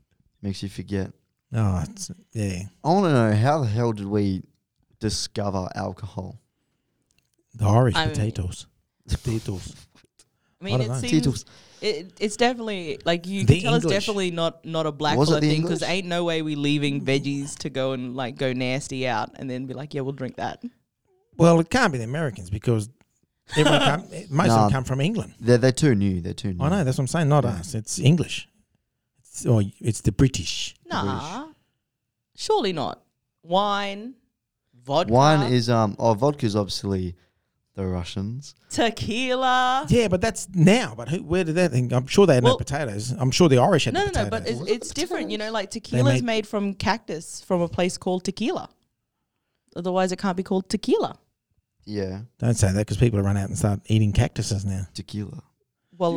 [laughs] Makes you forget.
Oh, it's, yeah.
I want to know how the hell did we discover alcohol?
The Irish
I mean-
potatoes. potatoes.
I mean,
I don't
it
know.
seems
Tito's.
it, it's definitely like you
The
can tell it's
English.
definitely not not a black
Was it
collar
the
thing because
English?
ain't no way we leaving veggies to go and like go nasty out and then be like, yeah, we'll drink that.
Well, it can't be the Americans because everyone come, most of
Nah.
them come from England.
They're, they're too new. They're too new.
I know that's what I'm saying. Not
Yeah.
us. It's English. It's, or it's the British.
Nah, surely not. Wine, vodka,
Wine is um oh vodka's obviously the Russians.
tequila.
Yeah, but that's now. But who, where did that thing? I'm sure they had no
Well-
potatoes. I'm sure the Irish had
No,
the
no,
potatoes.
no, but it's,
What?
it's different. You know, like tequila's
made-
made, from cactus from a place called Tequila. Otherwise, it can't be called tequila.
Yeah,
Don't say that because people run out and start eating cactuses now.
tequila.
Well,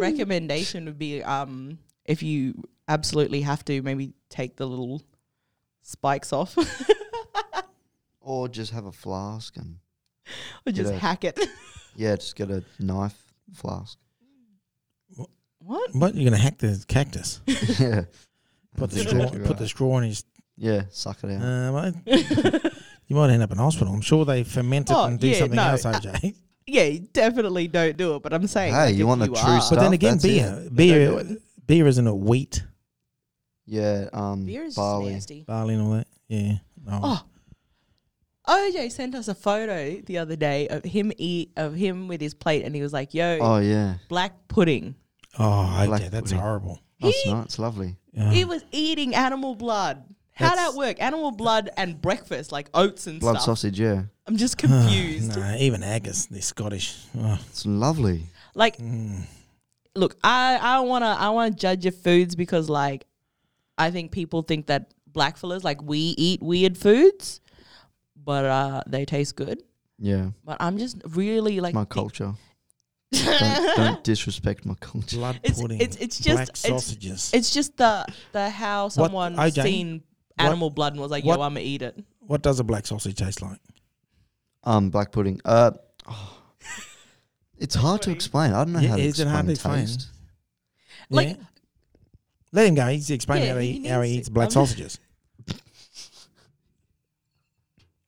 recommendation would be um, if you absolutely have to, maybe take the little spikes off [laughs]
Or just have a flask and
or just
Yeah.
hack it.
yeah, just get a knife
[laughs]
flask.
what? [laughs]
But you're going to hack the cactus.
yeah,
Put the
That's
straw.
exactly
Put the
right.
straw in his.
yeah, suck it out.
Um, I- you might end up in hospital. I'm sure they ferment it
Oh,
and do
yeah,
something
no,
else,
uh,
[laughs] OJ.
Yeah, you definitely don't do it. But I'm saying,
Hey,
like,
you
if
want the true
are-
stuff?
but then again,
that's it.
beer,
They
beer,
do
beer isn't a wheat
yeah, um,
Beer is
barley.
nasty.
barley and all that. Yeah. No.
Oh. OJ sent us a photo the other day of him eat of him with his plate, and he was like, "Yo,
Oh yeah,
black pudding."
Oh,
Black
okay, that's
pudding.
horrible.
oh, it's
He-
not. It's lovely.
Yeah.
He was eating animal blood. How would
That's-
that work? Animal blood and breakfast, like oats and
Blood
stuff.
sausage. Yeah,
I'm just
Oh, [sighs]
confused.
nah, even haggis, they're Scottish. Oh,
it's lovely.
Like,
mm.
look, I I wanna I wanna judge your foods because like, I think people think that black fellas like we eat weird foods, but uh they taste good.
Yeah,
But I'm just really like
my
thi- [laughs]
culture. don't, don't disrespect my culture.
Blood
It's-
pudding.
it's- it's just-
black
it's-
sausages.
It's just the the how someone
OJ?
seen
What-
animal blood and was like,
what-
yo, I'm gonna eat it.
what does a black sausage taste like?
Um, black pudding. Uh, oh. it's hard to explain. I don't know
Yeah,
how to
is it
explain
hard to explain?
taste.
Like-
Yeah? let him go. He's explaining
Yeah,
how, he,
he
how he
needs to.
eats black
I'm-
sausages.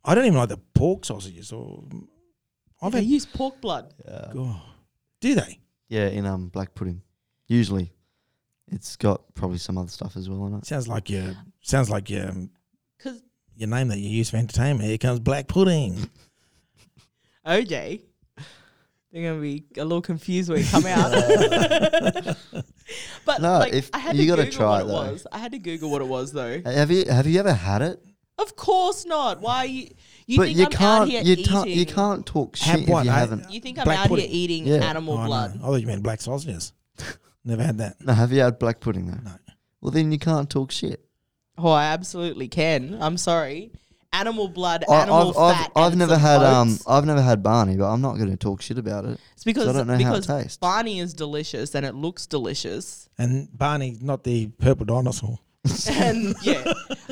I don't even like the pork sausages. Or I've
they
had.
use pork blood.
Yeah.
Oh, do they?
Yeah, in um black pudding. Usually, it's got probably some other stuff as well in it.
Sounds like your sounds like your
Cause
your name that you use for entertainment. Here comes black pudding.
OJ, they're gonna be a little confused when you
[laughs]
come out. [laughs] but
No,
like,
if-
I had
you
to
gotta
Google
try it,
what it
though.
was. I had to Google what it was though.
Uh, Have you have you ever had it?
Of course not. Why are you? You
but
think
you
I'm
can't
out here
you
eating?
can't you can't talk shit
Have
if
what?
you
I-
haven't.
You think I'm
Black
out
pudding.
here eating
Yeah.
animal
Oh, no.
blood?
I thought you meant black sausages. Never had that.
No, have you had black pudding though?
No.
Well, then you can't talk shit.
Oh, I absolutely can. I'm sorry. Animal blood,
I,
animal
I've I've,
fat.
I've
and
never
some
had um
oats.
I've never had Barney, but I'm not going to talk shit about it.
It's because
don't know how it
because
tastes.
Barney is delicious and it looks delicious.
[laughs]
And Barney's not the purple dinosaur.
and yeah,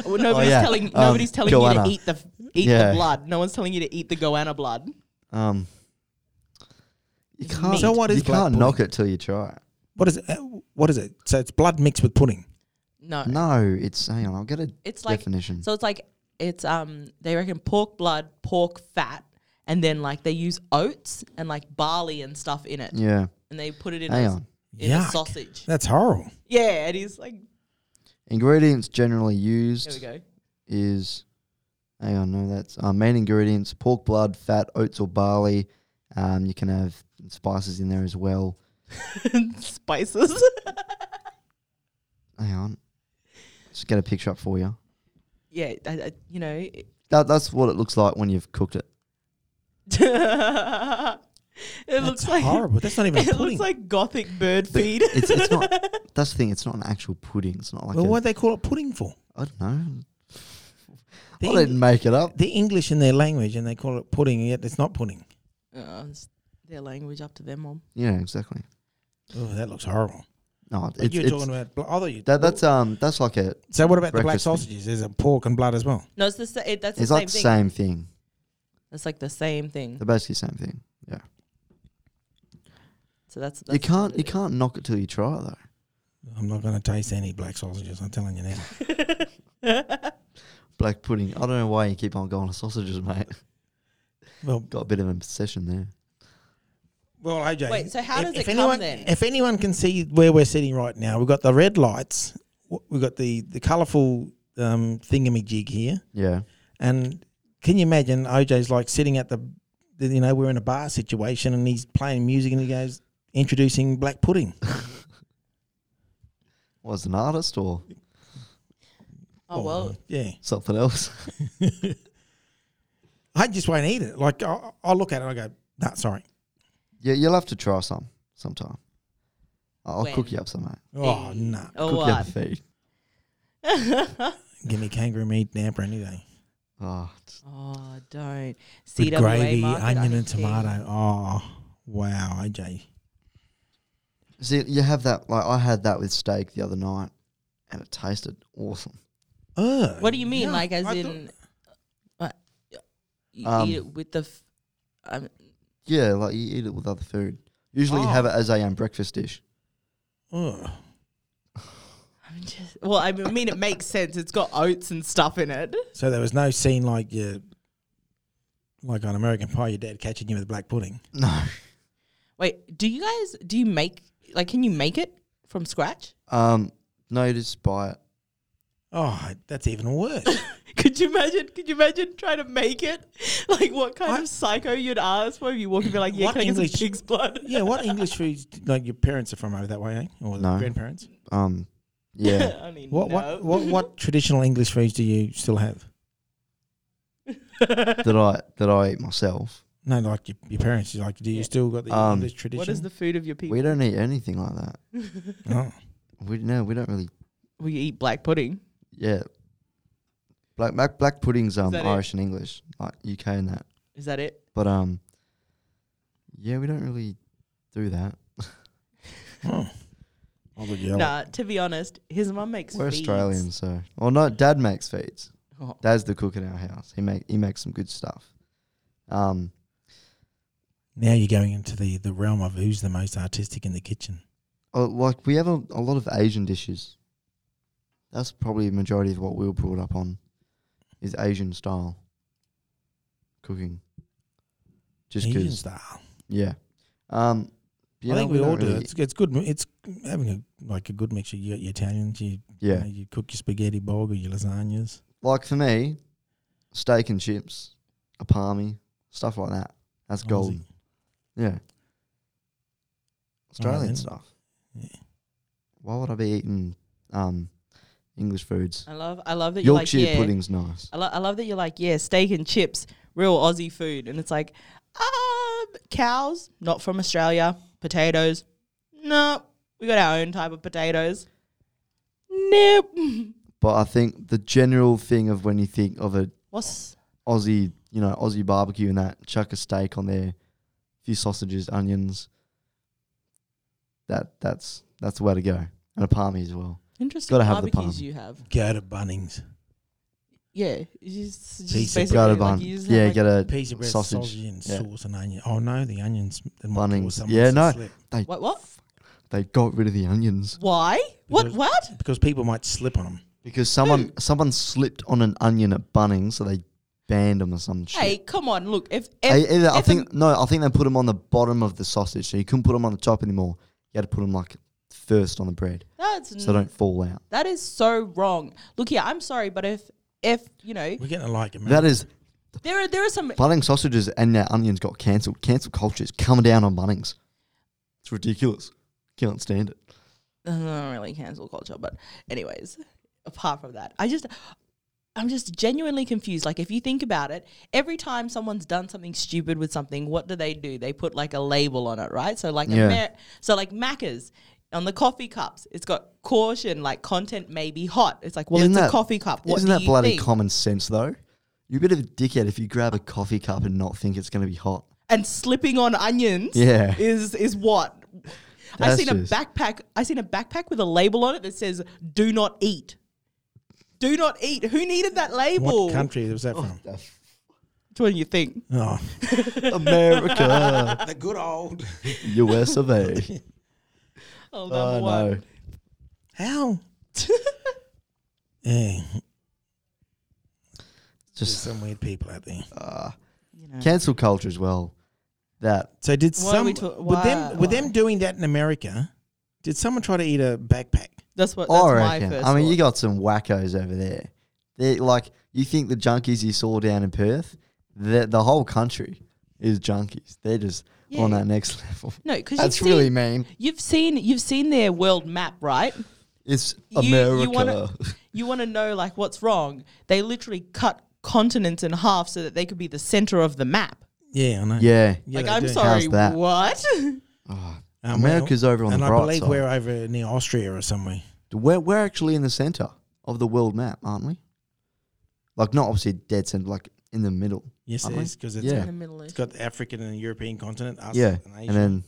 Well, nobody's
yeah.
telling
Um,
nobody's telling
goanna.
you to eat the eat
Yeah.
the blood. No one's telling you to eat the goanna blood.
Um, you
It's
can't.
meat. So
what is
you
black
can't
pudding?
knock it till you try it.
What is it? Uh, What is it? So it's blood mixed with pudding.
No,
No, it's hang on. I'll get a
it's like
definition.
so. It's like it's um they reckon pork blood, pork fat, and then like they use oats and like barley and stuff in it,
yeah,
and they put it in,
hang
a,
on.
in a
Yuck.
sausage.
That's horrible.
Yeah, it is like
Ingredients generally
there we
used
go. [laughs]
is, hang on, no, that's uh, main ingredients: pork blood, fat, oats or barley. Um, you can have spices in there as well.
Spices. [laughs]
Hang on, just get a picture up for you.
yeah, I, I, you know, it- [laughs]
That, that's what it looks like when you've cooked it.
it looks
That's
like
horrible. That's not even
[laughs]
a
It
pudding.
looks like gothic bird
But
feed.
It's, it's
[laughs]
not. That's the thing. It's not an actual pudding. It's not like.
well,
a-
what they call it pudding for?
I don't know.
The,
I
Eng-
didn't make it up.
the English in their language, and they call it pudding, yet it's not pudding.
Uh, it's their language up to them, mom.
Yeah, exactly.
Oh, that looks horrible.
No,
But
it's,
you're
it's
talking about. bl- I thought you.
that, that's um that's like a
so. What about the black
breakfast thing.
sausages? There's a pork and blood as well.
No, it's the sa- it, that's
it's
the
like
same thing.
same thing.
It's like the same thing.
They're basically the same thing.
So that's,
you
that's
can't you can't knock it till you try it though.
I'm not going to taste any black sausages. I'm telling you now.
can't.
Black pudding. I don't know why you keep on going to sausages, mate. [laughs]
Well,
Got a bit of an obsession there.
well, AJ.
Wait, so how
if-
does it
if
come
anyone,
then?
If anyone can see where we're sitting right now, we've got the red lights. w- We've got the the colourful um, thingamajig here,
Yeah.
and can you imagine OJ's like sitting at the, the- you know, we're in a bar situation, and he's playing music, and he goes introducing black pudding.
Was an artist or
oh well,
yeah.
something else. [laughs]
I just won't eat it. Like I, I look at it, and I go, nah, sorry.
yeah, you'll have to try some sometime. I'll I'll cook
When?
you up some, mate.
Oh
Hey.
no,
oh
cook you up
what?
a feed.
[laughs]
give me kangaroo meat damper any day.
Oh, it's-
oh, don't.
With
CWA
gravy,
market,
onion,
I
and
think.
tomato. Oh wow, AJ.
see, you have that. Like I had that with steak the other night, and it tasted awesome.
Ugh.
What do you mean?
Yeah,
like, as
I thought-
in, uh, you
Um,
eat it with the. F- um,
Yeah, like you eat it with other food. Usually, you
Oh.
have it as a um, breakfast dish. [laughs]
Ugh.
I'm just, well, I mean, it makes sense. It's got oats and stuff in it.
So there was no scene like you, like on American Pie, your dad catching you with black pudding.
No.
Wait, do you guys do you make like can you make it from scratch? [laughs]
Um, no, you just buy it.
Oh, that's even
[laughs]
worse.
Could you imagine? Could you imagine trying to make it? [laughs] Like what kind of psycho you'd ask for if you walk and be like, "Yeah,
What
can I get some
English-
pig's blood?"
[laughs] yeah, what English foods? Like your parents are from over that way, eh? Or
No.
grandparents?
Um,
[laughs]
yeah.
I mean,
What,
no.
what
[laughs]
what what traditional English foods do you still have?
that I that I eat myself.
No, like your, your parents. you're Like, do you
Yeah.
still got the
Um,
English
[laughs]
tradition?
What is the food of your people?
We don't eat anything like that.
[laughs]
Oh.
We no, we don't really.
Well, you eat black pudding.
Yeah. Black black, black pudding's um
that it?
Irish and English, like UK and that.
Is that it?
But um, yeah, we don't really do that.
Oh. I would yell.
Nah. To be honest, his mum makes.
We're
feeds.
Australian, so well, no, Dad makes feeds.
Oh,
Dad's the cook in our house. He make he makes some good stuff. Um,
Now you're going into the, the realm of who's the most artistic in the kitchen.
oh, like we have a, a lot of Asian dishes. That's probably the majority of what we were brought up on, is Asian style cooking. Just
Asian
because,
style.
yeah. Um, yeah,
I think we, all
don't
do.
really-
It's, it's good. mi- It's having a like a good mixture. You got your Italians. You, you,
Yeah,
know, you cook your spaghetti bog or your lasagnas.
like for me, steak and chips, a palmy, stuff like that. That's
Aussie.
golden. Yeah. Australian
then.
stuff.
Yeah.
Why would I be eating um, English foods?
[laughs] I love. I love that Uh, you're like
Yorkshire
yeah.
pudding's nice.
I, lo- I love that you're like yeah, steak and chips, real Aussie food, and it's like, um, cows not from Australia. Potatoes, no, we got our own type of potatoes. Nope. [laughs]
But I think the general thing of when you think of a
What's
Aussie, you know, Aussie barbecue and that, chuck a steak on there, a few sausages, onions. That that's that's the way to go. And a palmy as well.
interesting?
Gotta have the
barbecues
palm.
you have.
Go to Bunnings.
Yeah, you just, just
Piece of
basically
Got a
like,
bun.
you just have,
Yeah,
like-
get a
Piece of bread,
Sausage.
sausage, and
Yeah.
sauce and onion. Oh no, the onions. The
Bunnings. Yeah, no.
what? What?
they got rid of the onions.
Why? What?
Because-
What?
Because people might slip on them.
Because someone someone slipped on an onion at Bunnings, so they banned them or some shit.
Hey, come on! Look, if, if
I, either, I
if
think no, I think they put them on the bottom of the sausage, so you couldn't put them on the top anymore. You had to put them like first on the bread,
that's
so they don't fall out.
that is so wrong. Look here, I'm sorry, but if if you know
We're getting like
Mm.
That
American.
is
there are there are some
Bunnings sausages and their onions got cancelled. Cancel culture is coming down on Bunnings. It's ridiculous. Can't stand it.
I don't really cancel culture, but anyways, apart from that, I just I'm just genuinely confused. Like, if you think about it, every time someone's done something stupid with something, what do they do? They put like a label on it, right? So, like,
Yeah.
Amer- so like Macca's on the coffee cups, it's got caution, like content may be hot. It's like, well,
Isn't
it's
that-
a coffee cup. What
Isn't
do
that
you
bloody
think?
common sense though? You're a bit of a dickhead if you grab a coffee cup and not think it's going to be hot.
and slipping on onions,
Yeah.
is is what. I
That's
seen a
just-
backpack. I seen a backpack with a label on it that says "Do not eat." Do not eat. Who needed that label?
What country was
[laughs]
that from?
Which one do you think?
Oh,
[laughs] America,
the good old.
US of A.
Oh,
Oh
number one.
no,
[laughs]
How? yeah, there's
just uh,
some weird people out there.
You know.
cancel culture as well. That
So did
Why are
some
we ta-
with
why-
them with
why?
them doing that in America? Did someone try to eat a backpack?
That's what. That's
Oh, I
my
reckon.
first.
I mean, you
thought.
got some wackos over there. They like you think the junkies you saw down in Perth, the the whole country is junkies. They're just on
Yeah.
that next [laughs] level.
no, because
That's
you've,
really
seen,
mean.
you've seen you've seen their world map, right?
It's
You-
America.
You wanna- you want to know like what's wrong? They literally cut continents in half so that they could be the center of the map.
Yeah, I know.
yeah,
Yeah,
like
they
I'm
do.
sorry,
How's that?
what?
Um,
America's over on
and
the
I
bright
believe
side.
we're over near Austria or somewhere.
we're we're actually in the center of the world map, aren't we? Like not obviously dead center, like in the middle.
Yes, it
Aren't we?
is because it's,
Yeah.
In the Middle
it's
East.
got the African and European continent. Us
yeah,
and
and,
Asia.
then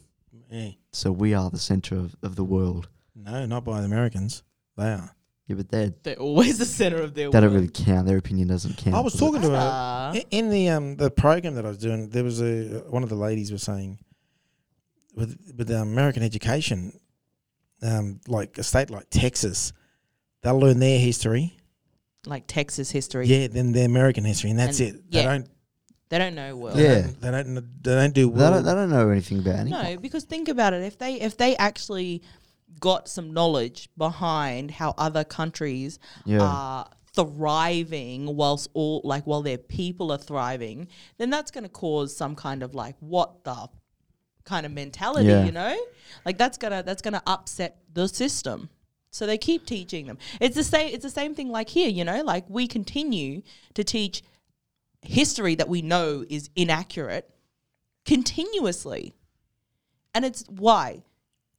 yeah.
so we are the center of, of the world.
No, not by the Americans. They are.
Yeah, but they're,
They're always the center of their
that don't
world.
really count. Their opinion doesn't count.
I was
does it?
talking to a,
Ah.
I- in the um the program that I was doing, there was a one of the ladies was saying with with um, American education, um, like a state like Texas, they'll learn their history,
like Texas history.
yeah, then their American history, and that's
And-
it. They
yeah.
don't,
They don't know world.
they
Yeah.
don't, they don't, they don't do
They don't,
world.
they don't know anything about anything.
No, because think about it. If they if they actually got some knowledge behind how other countries
Yeah.
are thriving whilst all like while their people are thriving, then that's going to cause some kind of like what the kind of mentality,
Yeah.
you know? Like that's gonna that's gonna upset the system. So they keep teaching them. It's the same it's the same thing like here, you know, like we continue to teach history that we know is inaccurate continuously. And it's why?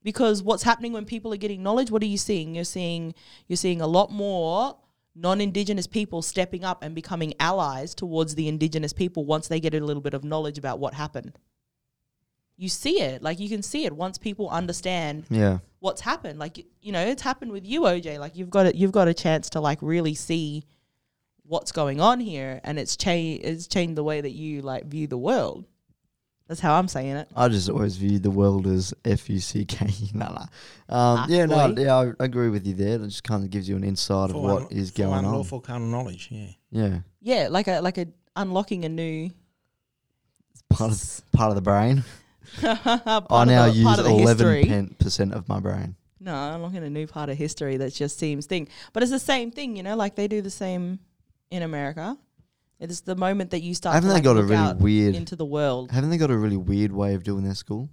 Because what's happening when people are getting knowledge, what are you seeing? You're seeing you're seeing a lot more non-indigenous people stepping up and becoming allies towards the indigenous people once they get a little bit of knowledge about what happened. You see it, like you can see it once people understand
Yeah.
what's happened. Like y- you know, it's happened with you, OJ. Like you've got it, you've got a chance to like really see what's going on here, and it's changed. It's changed the way that you like view the world. That's how I'm saying it.
I just always viewed the world as F U C K. [laughs] Nah, nah. Um,
Ah,
yeah, no,
boy.
yeah, I agree with you there. It just kind of gives you an insight of
For
what
un-
is
for
going on.
unlawful carnal knowledge. Yeah,
Yeah,
Yeah, like a like a unlocking a new.
part of part of the brain.
[laughs] part
I
of
now
the-
use
part of the history.
eleven percent of my brain.
No, I'm looking at a new part of history that just seems thing. But it's the same thing, you know, like they do the same in America. It's the moment that you start
Haven't
to
they
like
got a
look
really
out
weird-
into the world.
Haven't they got a really weird way of doing their school?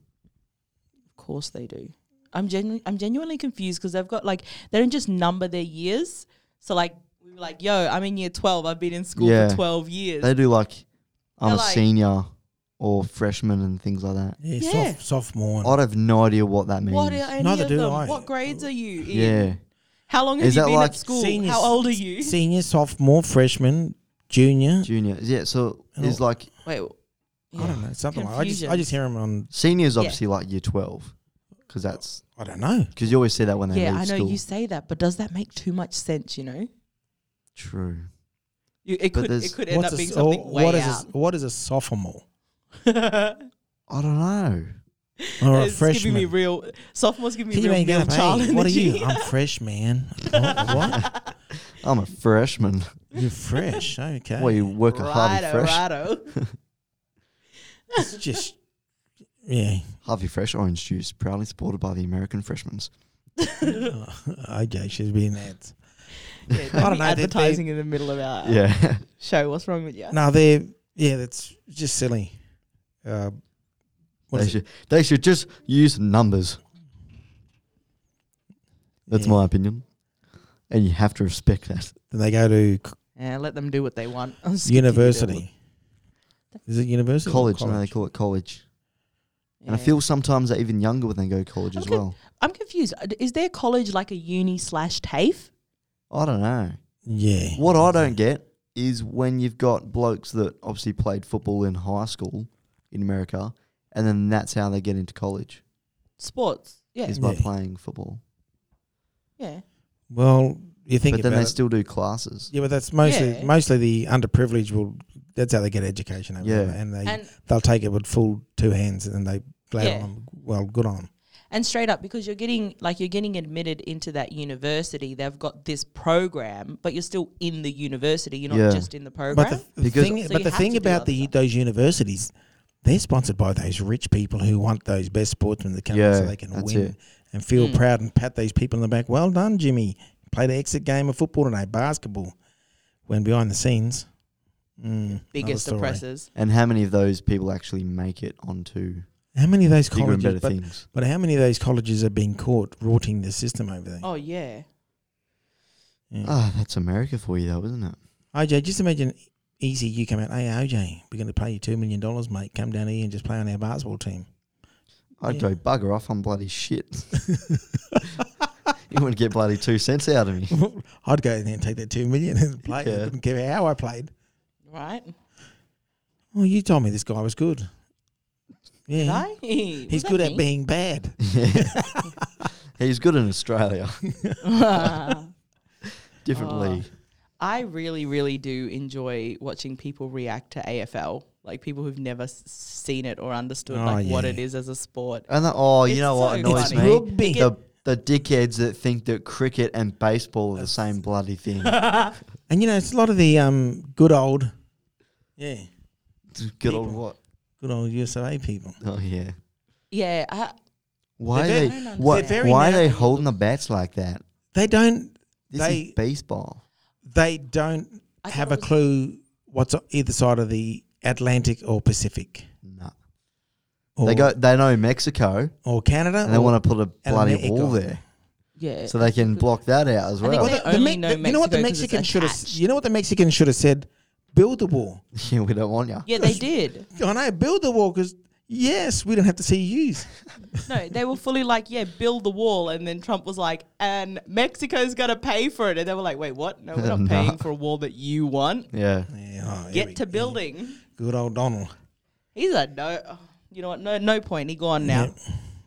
Of course they do. I'm genu- I'm genuinely confused because they've got like they don't just number their years. So like we were like, yo, I'm in year twelve. I've been in school
Yeah.
for twelve years.
They do like I'm
They're
a
like-
senior or freshman and things like that.
yeah,
Yeah.
Soph- sophomore. and-
I'd have no idea what that means.
what are any
Neither
of
do
them?
I.
What grades are you in?
yeah,
How long have
Is
you
that
been
like
at school?
seniors-
How old are you?
senior, sophomore, freshman, junior.
junior. Yeah, so it's like
Wait.
I don't know something. Like, I just I
Confusion.
just hear them on.
seniors
Yeah.
obviously like year twelve because that's
I don't know.
because you always see that when they
Yeah,
leave
I know
school.
you say that, but does that make too much sense? You know,
True.
you, it
But
could
there's-
it could end up
a
being
s-
something
oh,
way
what is a
out.
s- what is a sophomore?
[laughs]
I don't know.
Or a
it's giving
freshman?
me real sophomores giving me
Can you
real
ain't
male
gonna
child
pay.
energy.
What are you?
[laughs]
I'm fresh, man. Oh, what?
I'm a freshman.
You're fresh. Okay.
Well, you work at Harvey
Righto,
Fresh.
righto.
It's just yeah.
Harvey Fresh orange juice, proudly supported by the American Freshmen's.
[laughs]
Oh, okay, she's being that. [laughs]
Yeah,
I
I
don't know, they-
Advertising in the middle of our
Yeah. [laughs]
show. What's wrong with you?
No, they're yeah. That's just silly. Uh, what
they
is it?
should they should just use numbers. That's
Yeah.
my opinion. And you have to respect that.
Then they go to c-
Yeah, let them do what they want. [laughs] I was thinking about
University. Is it university? or
college. I know they call it college.
it.
And I
Yeah.
feel sometimes they're even younger when they go to college as
Okay.
well.
I'm confused. Uh, Is their college like a uni slash TAFE?
I don't know.
Yeah.
What I don't get is when you've got blokes that obviously played football in high school in America, and then that's how they get into college
Sports. Yeah.
is by
Yeah.
playing football.
Yeah.
Well, you think
But then
about
they
it.
still do classes.
Yeah, but that's mostly
Yeah.
mostly the underprivileged will. That's how they get education. Over
Yeah.
there, and they
And
they'll take it with full two hands, and they glad
Yeah.
on them. Well, good on them.
and straight up because you're getting like you're getting admitted into that university, they've got this program, but you're still in the university. You're not
Yeah.
just in the program.
But the, the
Because-
thing,
So
but
you
the
have
thing
to do
about
other
the
stuff.
those universities, they're sponsored by those rich people who want those best sportsmen to come in so
Yeah,
they can
that's
win
it.
and feel
Mm.
proud and pat these people in the back. Well done, Jimmy. Played an exit game of football today, basketball. When behind the scenes, mm,
biggest
another story.
oppressors.
And how many of those people actually make it onto
How many of those
bigger and better
colleges? But,
things?
but how many of those colleges are being caught rorting the system over there?
Oh yeah.
Yeah.
Ah, that's America for you, though, isn't it?
OJ, just imagine easy you come out, hey OJ, we're going to pay you two million dollars, mate. Come down here and just play on our basketball team.
I'd
Yeah.
go bugger off. I'm bloody shit.
[laughs]
[laughs] you wouldn't get bloody two cents out of me.
[laughs]
[laughs]
I'd go in there and take that two million and play. I
Yeah.
couldn't care how I played.
Right?
Well, you told me this guy was good. Yeah,
Did I? Was
he's
that
good at
me?
being bad. [laughs]
Yeah. He's good in Australia.
[laughs]
[laughs]
Different
Oh.
league.
I really, really do enjoy watching people react to AFL, like people who've never s- seen it or understood
Oh,
like what
yeah.
it is as a sport.
And the, oh,
It's
you know what
so
annoys
funny.
me?
Rugby.
The, the dickheads that think that cricket and baseball are the same bloody
[laughs]
thing. [laughs]
And you know, it's a lot of the um, good old, yeah,
Good old what?
good old USA people.
Oh yeah.
Yeah, I,
Why
They're
are
very-
they?
I don't
Why,
understand.
They're very
why are they
narrow.
holding the bats like that?
They don't,
This
They-
is baseball.
they don't
I
have a
thought it was-
clue what's on either side of the Atlantic or Pacific.
No.
Or,
They go. They know Mexico,
or Canada.
and they
or-
want to put a bloody
Atlantic
wall
or-
there,
Yeah,
so they can block that out as
I think
well. [laughs]
they only know
you know what the
Mexico 'cause it's
Mexicans should have.
attached.
You know what the Mexicans should have said. Build the wall.
yeah, we don't want you.
yeah, they did.
I know. Build the wall because yes, we don't have to see yous.
No, they were fully like, yeah, build the wall, and then Trump was like, and Mexico's gonna pay for it, and they were like, wait, what? No, we're
[laughs]
not
Nah.
paying for a wall that you want.
Yeah.
Yeah, oh, here we-
Get to building.
Good old Donald.
He's a no. oh, You know what? No, no point. He gone now.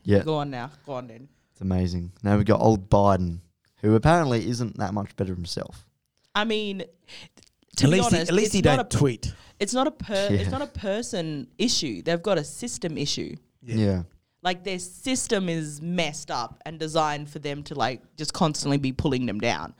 Yeah.
Go on now. Go on then.
It's amazing. Now we got old Biden, who apparently isn't that much better himself.
I mean, to
At
be
least,
honest,
he, at least
it's
he
not
don't
a,
tweet. [laughs]
it's not a per,
Yeah.
it's not a person issue. They've got a system issue.
Yeah.
yeah.
Like their system is messed up and designed for them to like just constantly be pulling them down.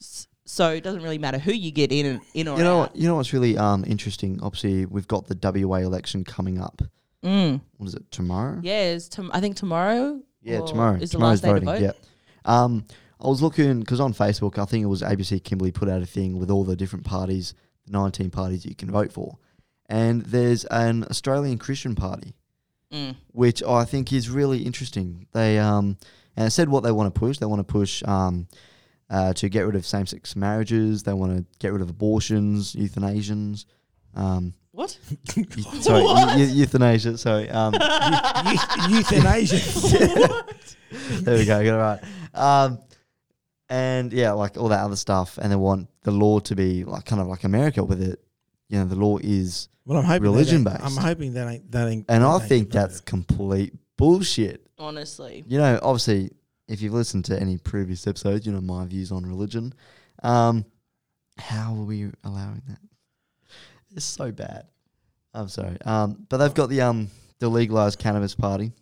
S- So it doesn't really matter who you get in and in or
You know,
out.
what, you know what's really um, interesting? Obviously, we've got the WA election coming up.
Mm.
What is it, tomorrow?
Yeah, it's tom- I think tomorrow.
Yeah,
or
tomorrow.
is the
Tomorrow's
last day
voting.
to vote.
Yeah. Um, I was looking, because on Facebook, I think it was ABC Kimberley put out a thing with all the different parties, 19 parties you can vote for. And there's an Australian Christian Party,
Mm.
which I think is really interesting. They um, and it said what they want to push. They want to push um, uh, to get rid of same sex marriages. They want to get rid of abortions, euthanasians. Um,
What?
eu- [laughs] sorry, eu- eu- euthanasia. Sorry. Um, [laughs]
Euthanasia.
there we go. Got it right. Um, and yeah, like all that other stuff. And they want the law to be like kind of like America with it. You know, the law is,
well, I'm hoping that
Religion
ain't- I'm
based.
hoping that ain't that ain't.
and
that
I
ain't
think
about
that's
it.
complete bullshit.
Honestly,
you know, obviously, if you've listened to any previous episodes, you know my views on religion. Um, how are we allowing that? It's so bad. I'm sorry. Um, but they've got the um the legalized cannabis party.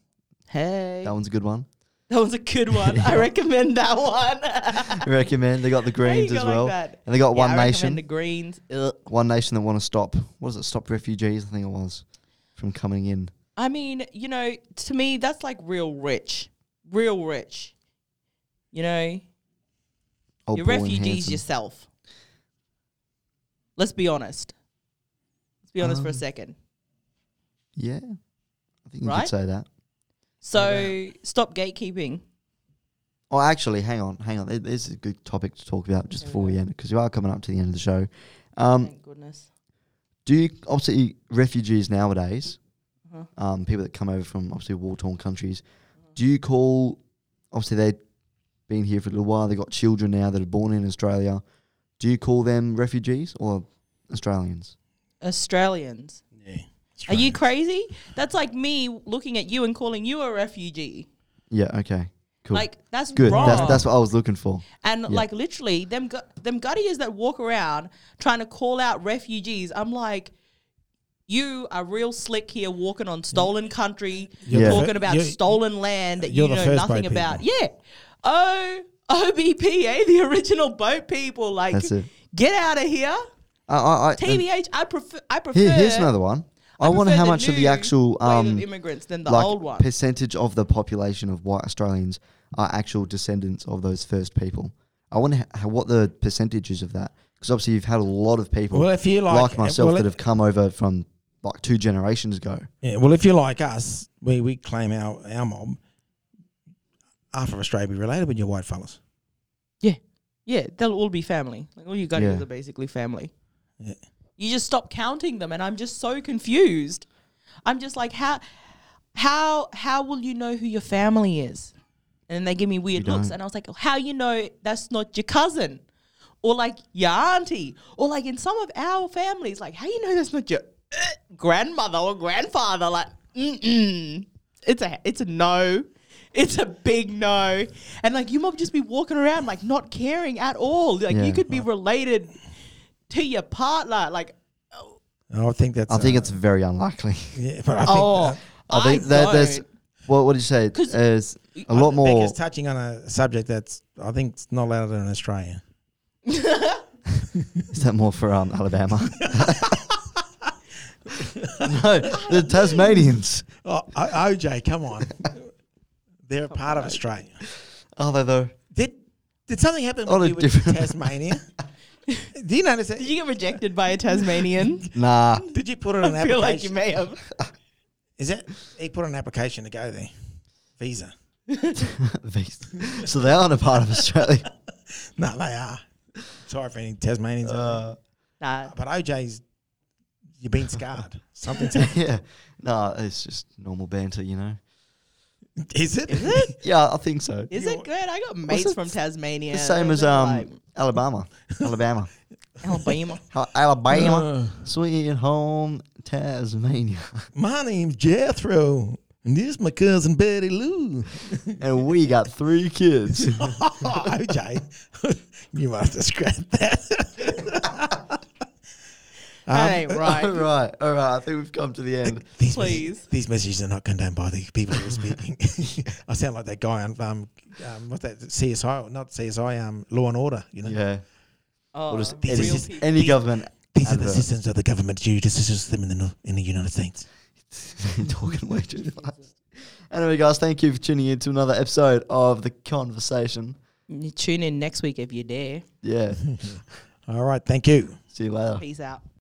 hey,
That one's a good one.
that was a good one.
[laughs]
I recommend that one.
I recommend. They got the
How
[laughs]
you
Greens
go
as
like
well,
that?
and they got
Yeah,
One
I recommend
Nation.
The Greens. Ugh.
One Nation that want to stop. What is it? Stop refugees. I think it was from coming in.
I mean, you know, to me, that's like real rich, real rich. You know,
Old
you're
Oh, Paul and
refugees
Hanson.
yourself. Let's be honest. Let's be honest for a
Um,
second.
Yeah, I think you
Right?
could say that.
So stop gatekeeping.
Oh, actually, hang on, hang on. Th- This is a good topic to talk about just
There we
before
go.
we end because we are coming up to the end of the show. Um,
Thank goodness.
do you obviously refugees nowadays,
Uh-huh.
um, people that come over from obviously war torn countries, do you call? Obviously, they've been here for a little while. They've got children now that are born in Australia. Do you call them refugees or Australians?
Australians.
Yeah.
Are you crazy? That's like me looking at you and calling you a refugee.
Yeah. Okay. Cool.
Like that's
Good.
wrong.
That's that's what I was looking for.
and like literally them gu- them gutties that walk around trying to call out refugees. I'm like, you are real slick here, walking on stolen country,
You're the
talking
fir-
about
you're-
stolen land that you
you're the
know
first
nothing
boat
about. Yeah. Oh, OBP, eh? The original boat people. Like,
That's it.
get out of here.
I, I, I,
TBH, I prefer. I prefer.
here, here's another one. I, wonder
prefer
how
the
much of the
new
actual
wave of
um,
immigrants than the
like
old one.
percentage of the population of white Australians are actual descendants of those first people. I wonder how, what the percentage is of that because obviously you've had a lot of people
Well, if you like,
like myself
well,
that
it-
have come over from like two generations ago.
Yeah, well, if you're like us, we, we claim our, our mob. Half of Australia be related with your white fellas.
Yeah. Yeah, they'll all be family. Like all you got
Yeah.
are basically family.
Yeah.
You just stop counting them and I'm just so confused. I'm just like how how how will you know who your family is? And they give me weird
You
looks
don't.
and I was like, "How you know that's not your cousin?" Or like your auntie, or like in some of our families, like how you know that's not your uh, grandmother or grandfather? Like, mm-mm. it's a it's a no, it's a big no, and like you might just be walking around like not caring at all. Like
Yeah.
you could be related to your partner. Like,
I think that's.
I think
uh,
it's very unlikely.
[laughs]
[laughs]
Yeah, but I think
oh,
I think that there's what what did you say?
'Cause
There's a
I
lot
think
more.
Becca's touching on a subject that's I think it's not allowed in Australia.
[laughs] Is that more for um,
[laughs]
Alabama? [laughs] no, the Tasmanians.
Oh, O- OJ, come on, [laughs] they're a part of Australia.
Are they though?
Did did something happen
On
with
a
you with
different- [laughs]
Tasmania? Do you notice that?
Did you get rejected by
[laughs]
a Tasmanian?
Nah.
Did you put in an
I feel
application?
like you may have.
Is that he put in an application to go there? Visa?
These- so they aren't a part of Australia.
No, they are. Sorry for any Tasmanians. out there.
Uh,
Nah,
but OJ's, you've been scarred. Something's
[laughs]
happened.
yeah. No, it's just normal banter, you know.
Is it? Is it?
Yeah, I think so.
is
You're-
it good? I got mates
it
from Tasmania.
the same
They're
as um
like,
[laughs]
Alabama. Alabama. [laughs]
Alabama.
Al- Alabama.
Uh.
Sweet home Tasmania. [laughs]
My name's Jethro, and this is my cousin Betty Lou. [laughs]
and we got three kids.
OJ, [laughs] you must have scrapped that.
that
Um,
ain't
all [laughs]
right.
right. All right. I think we've come to the
[laughs]
end.
these
Please.
messages, these messages are not condoned by the people who are speaking. [laughs] I sound like that guy on um, um, what's that CSI? Not CSI, um, Law and Order. You know,
Yeah.
Oh,
Or just any,
These are just-
people.
any government
these are the
advert.
systems of the government due to system in the nor- in the United States.
[laughs] talking way too fast. Anyway, guys, thank you for tuning in to another episode of The Conversation.
You Tune in next week if you dare.
[laughs]
Yeah.
All right, thank you.
See you later.
Peace out.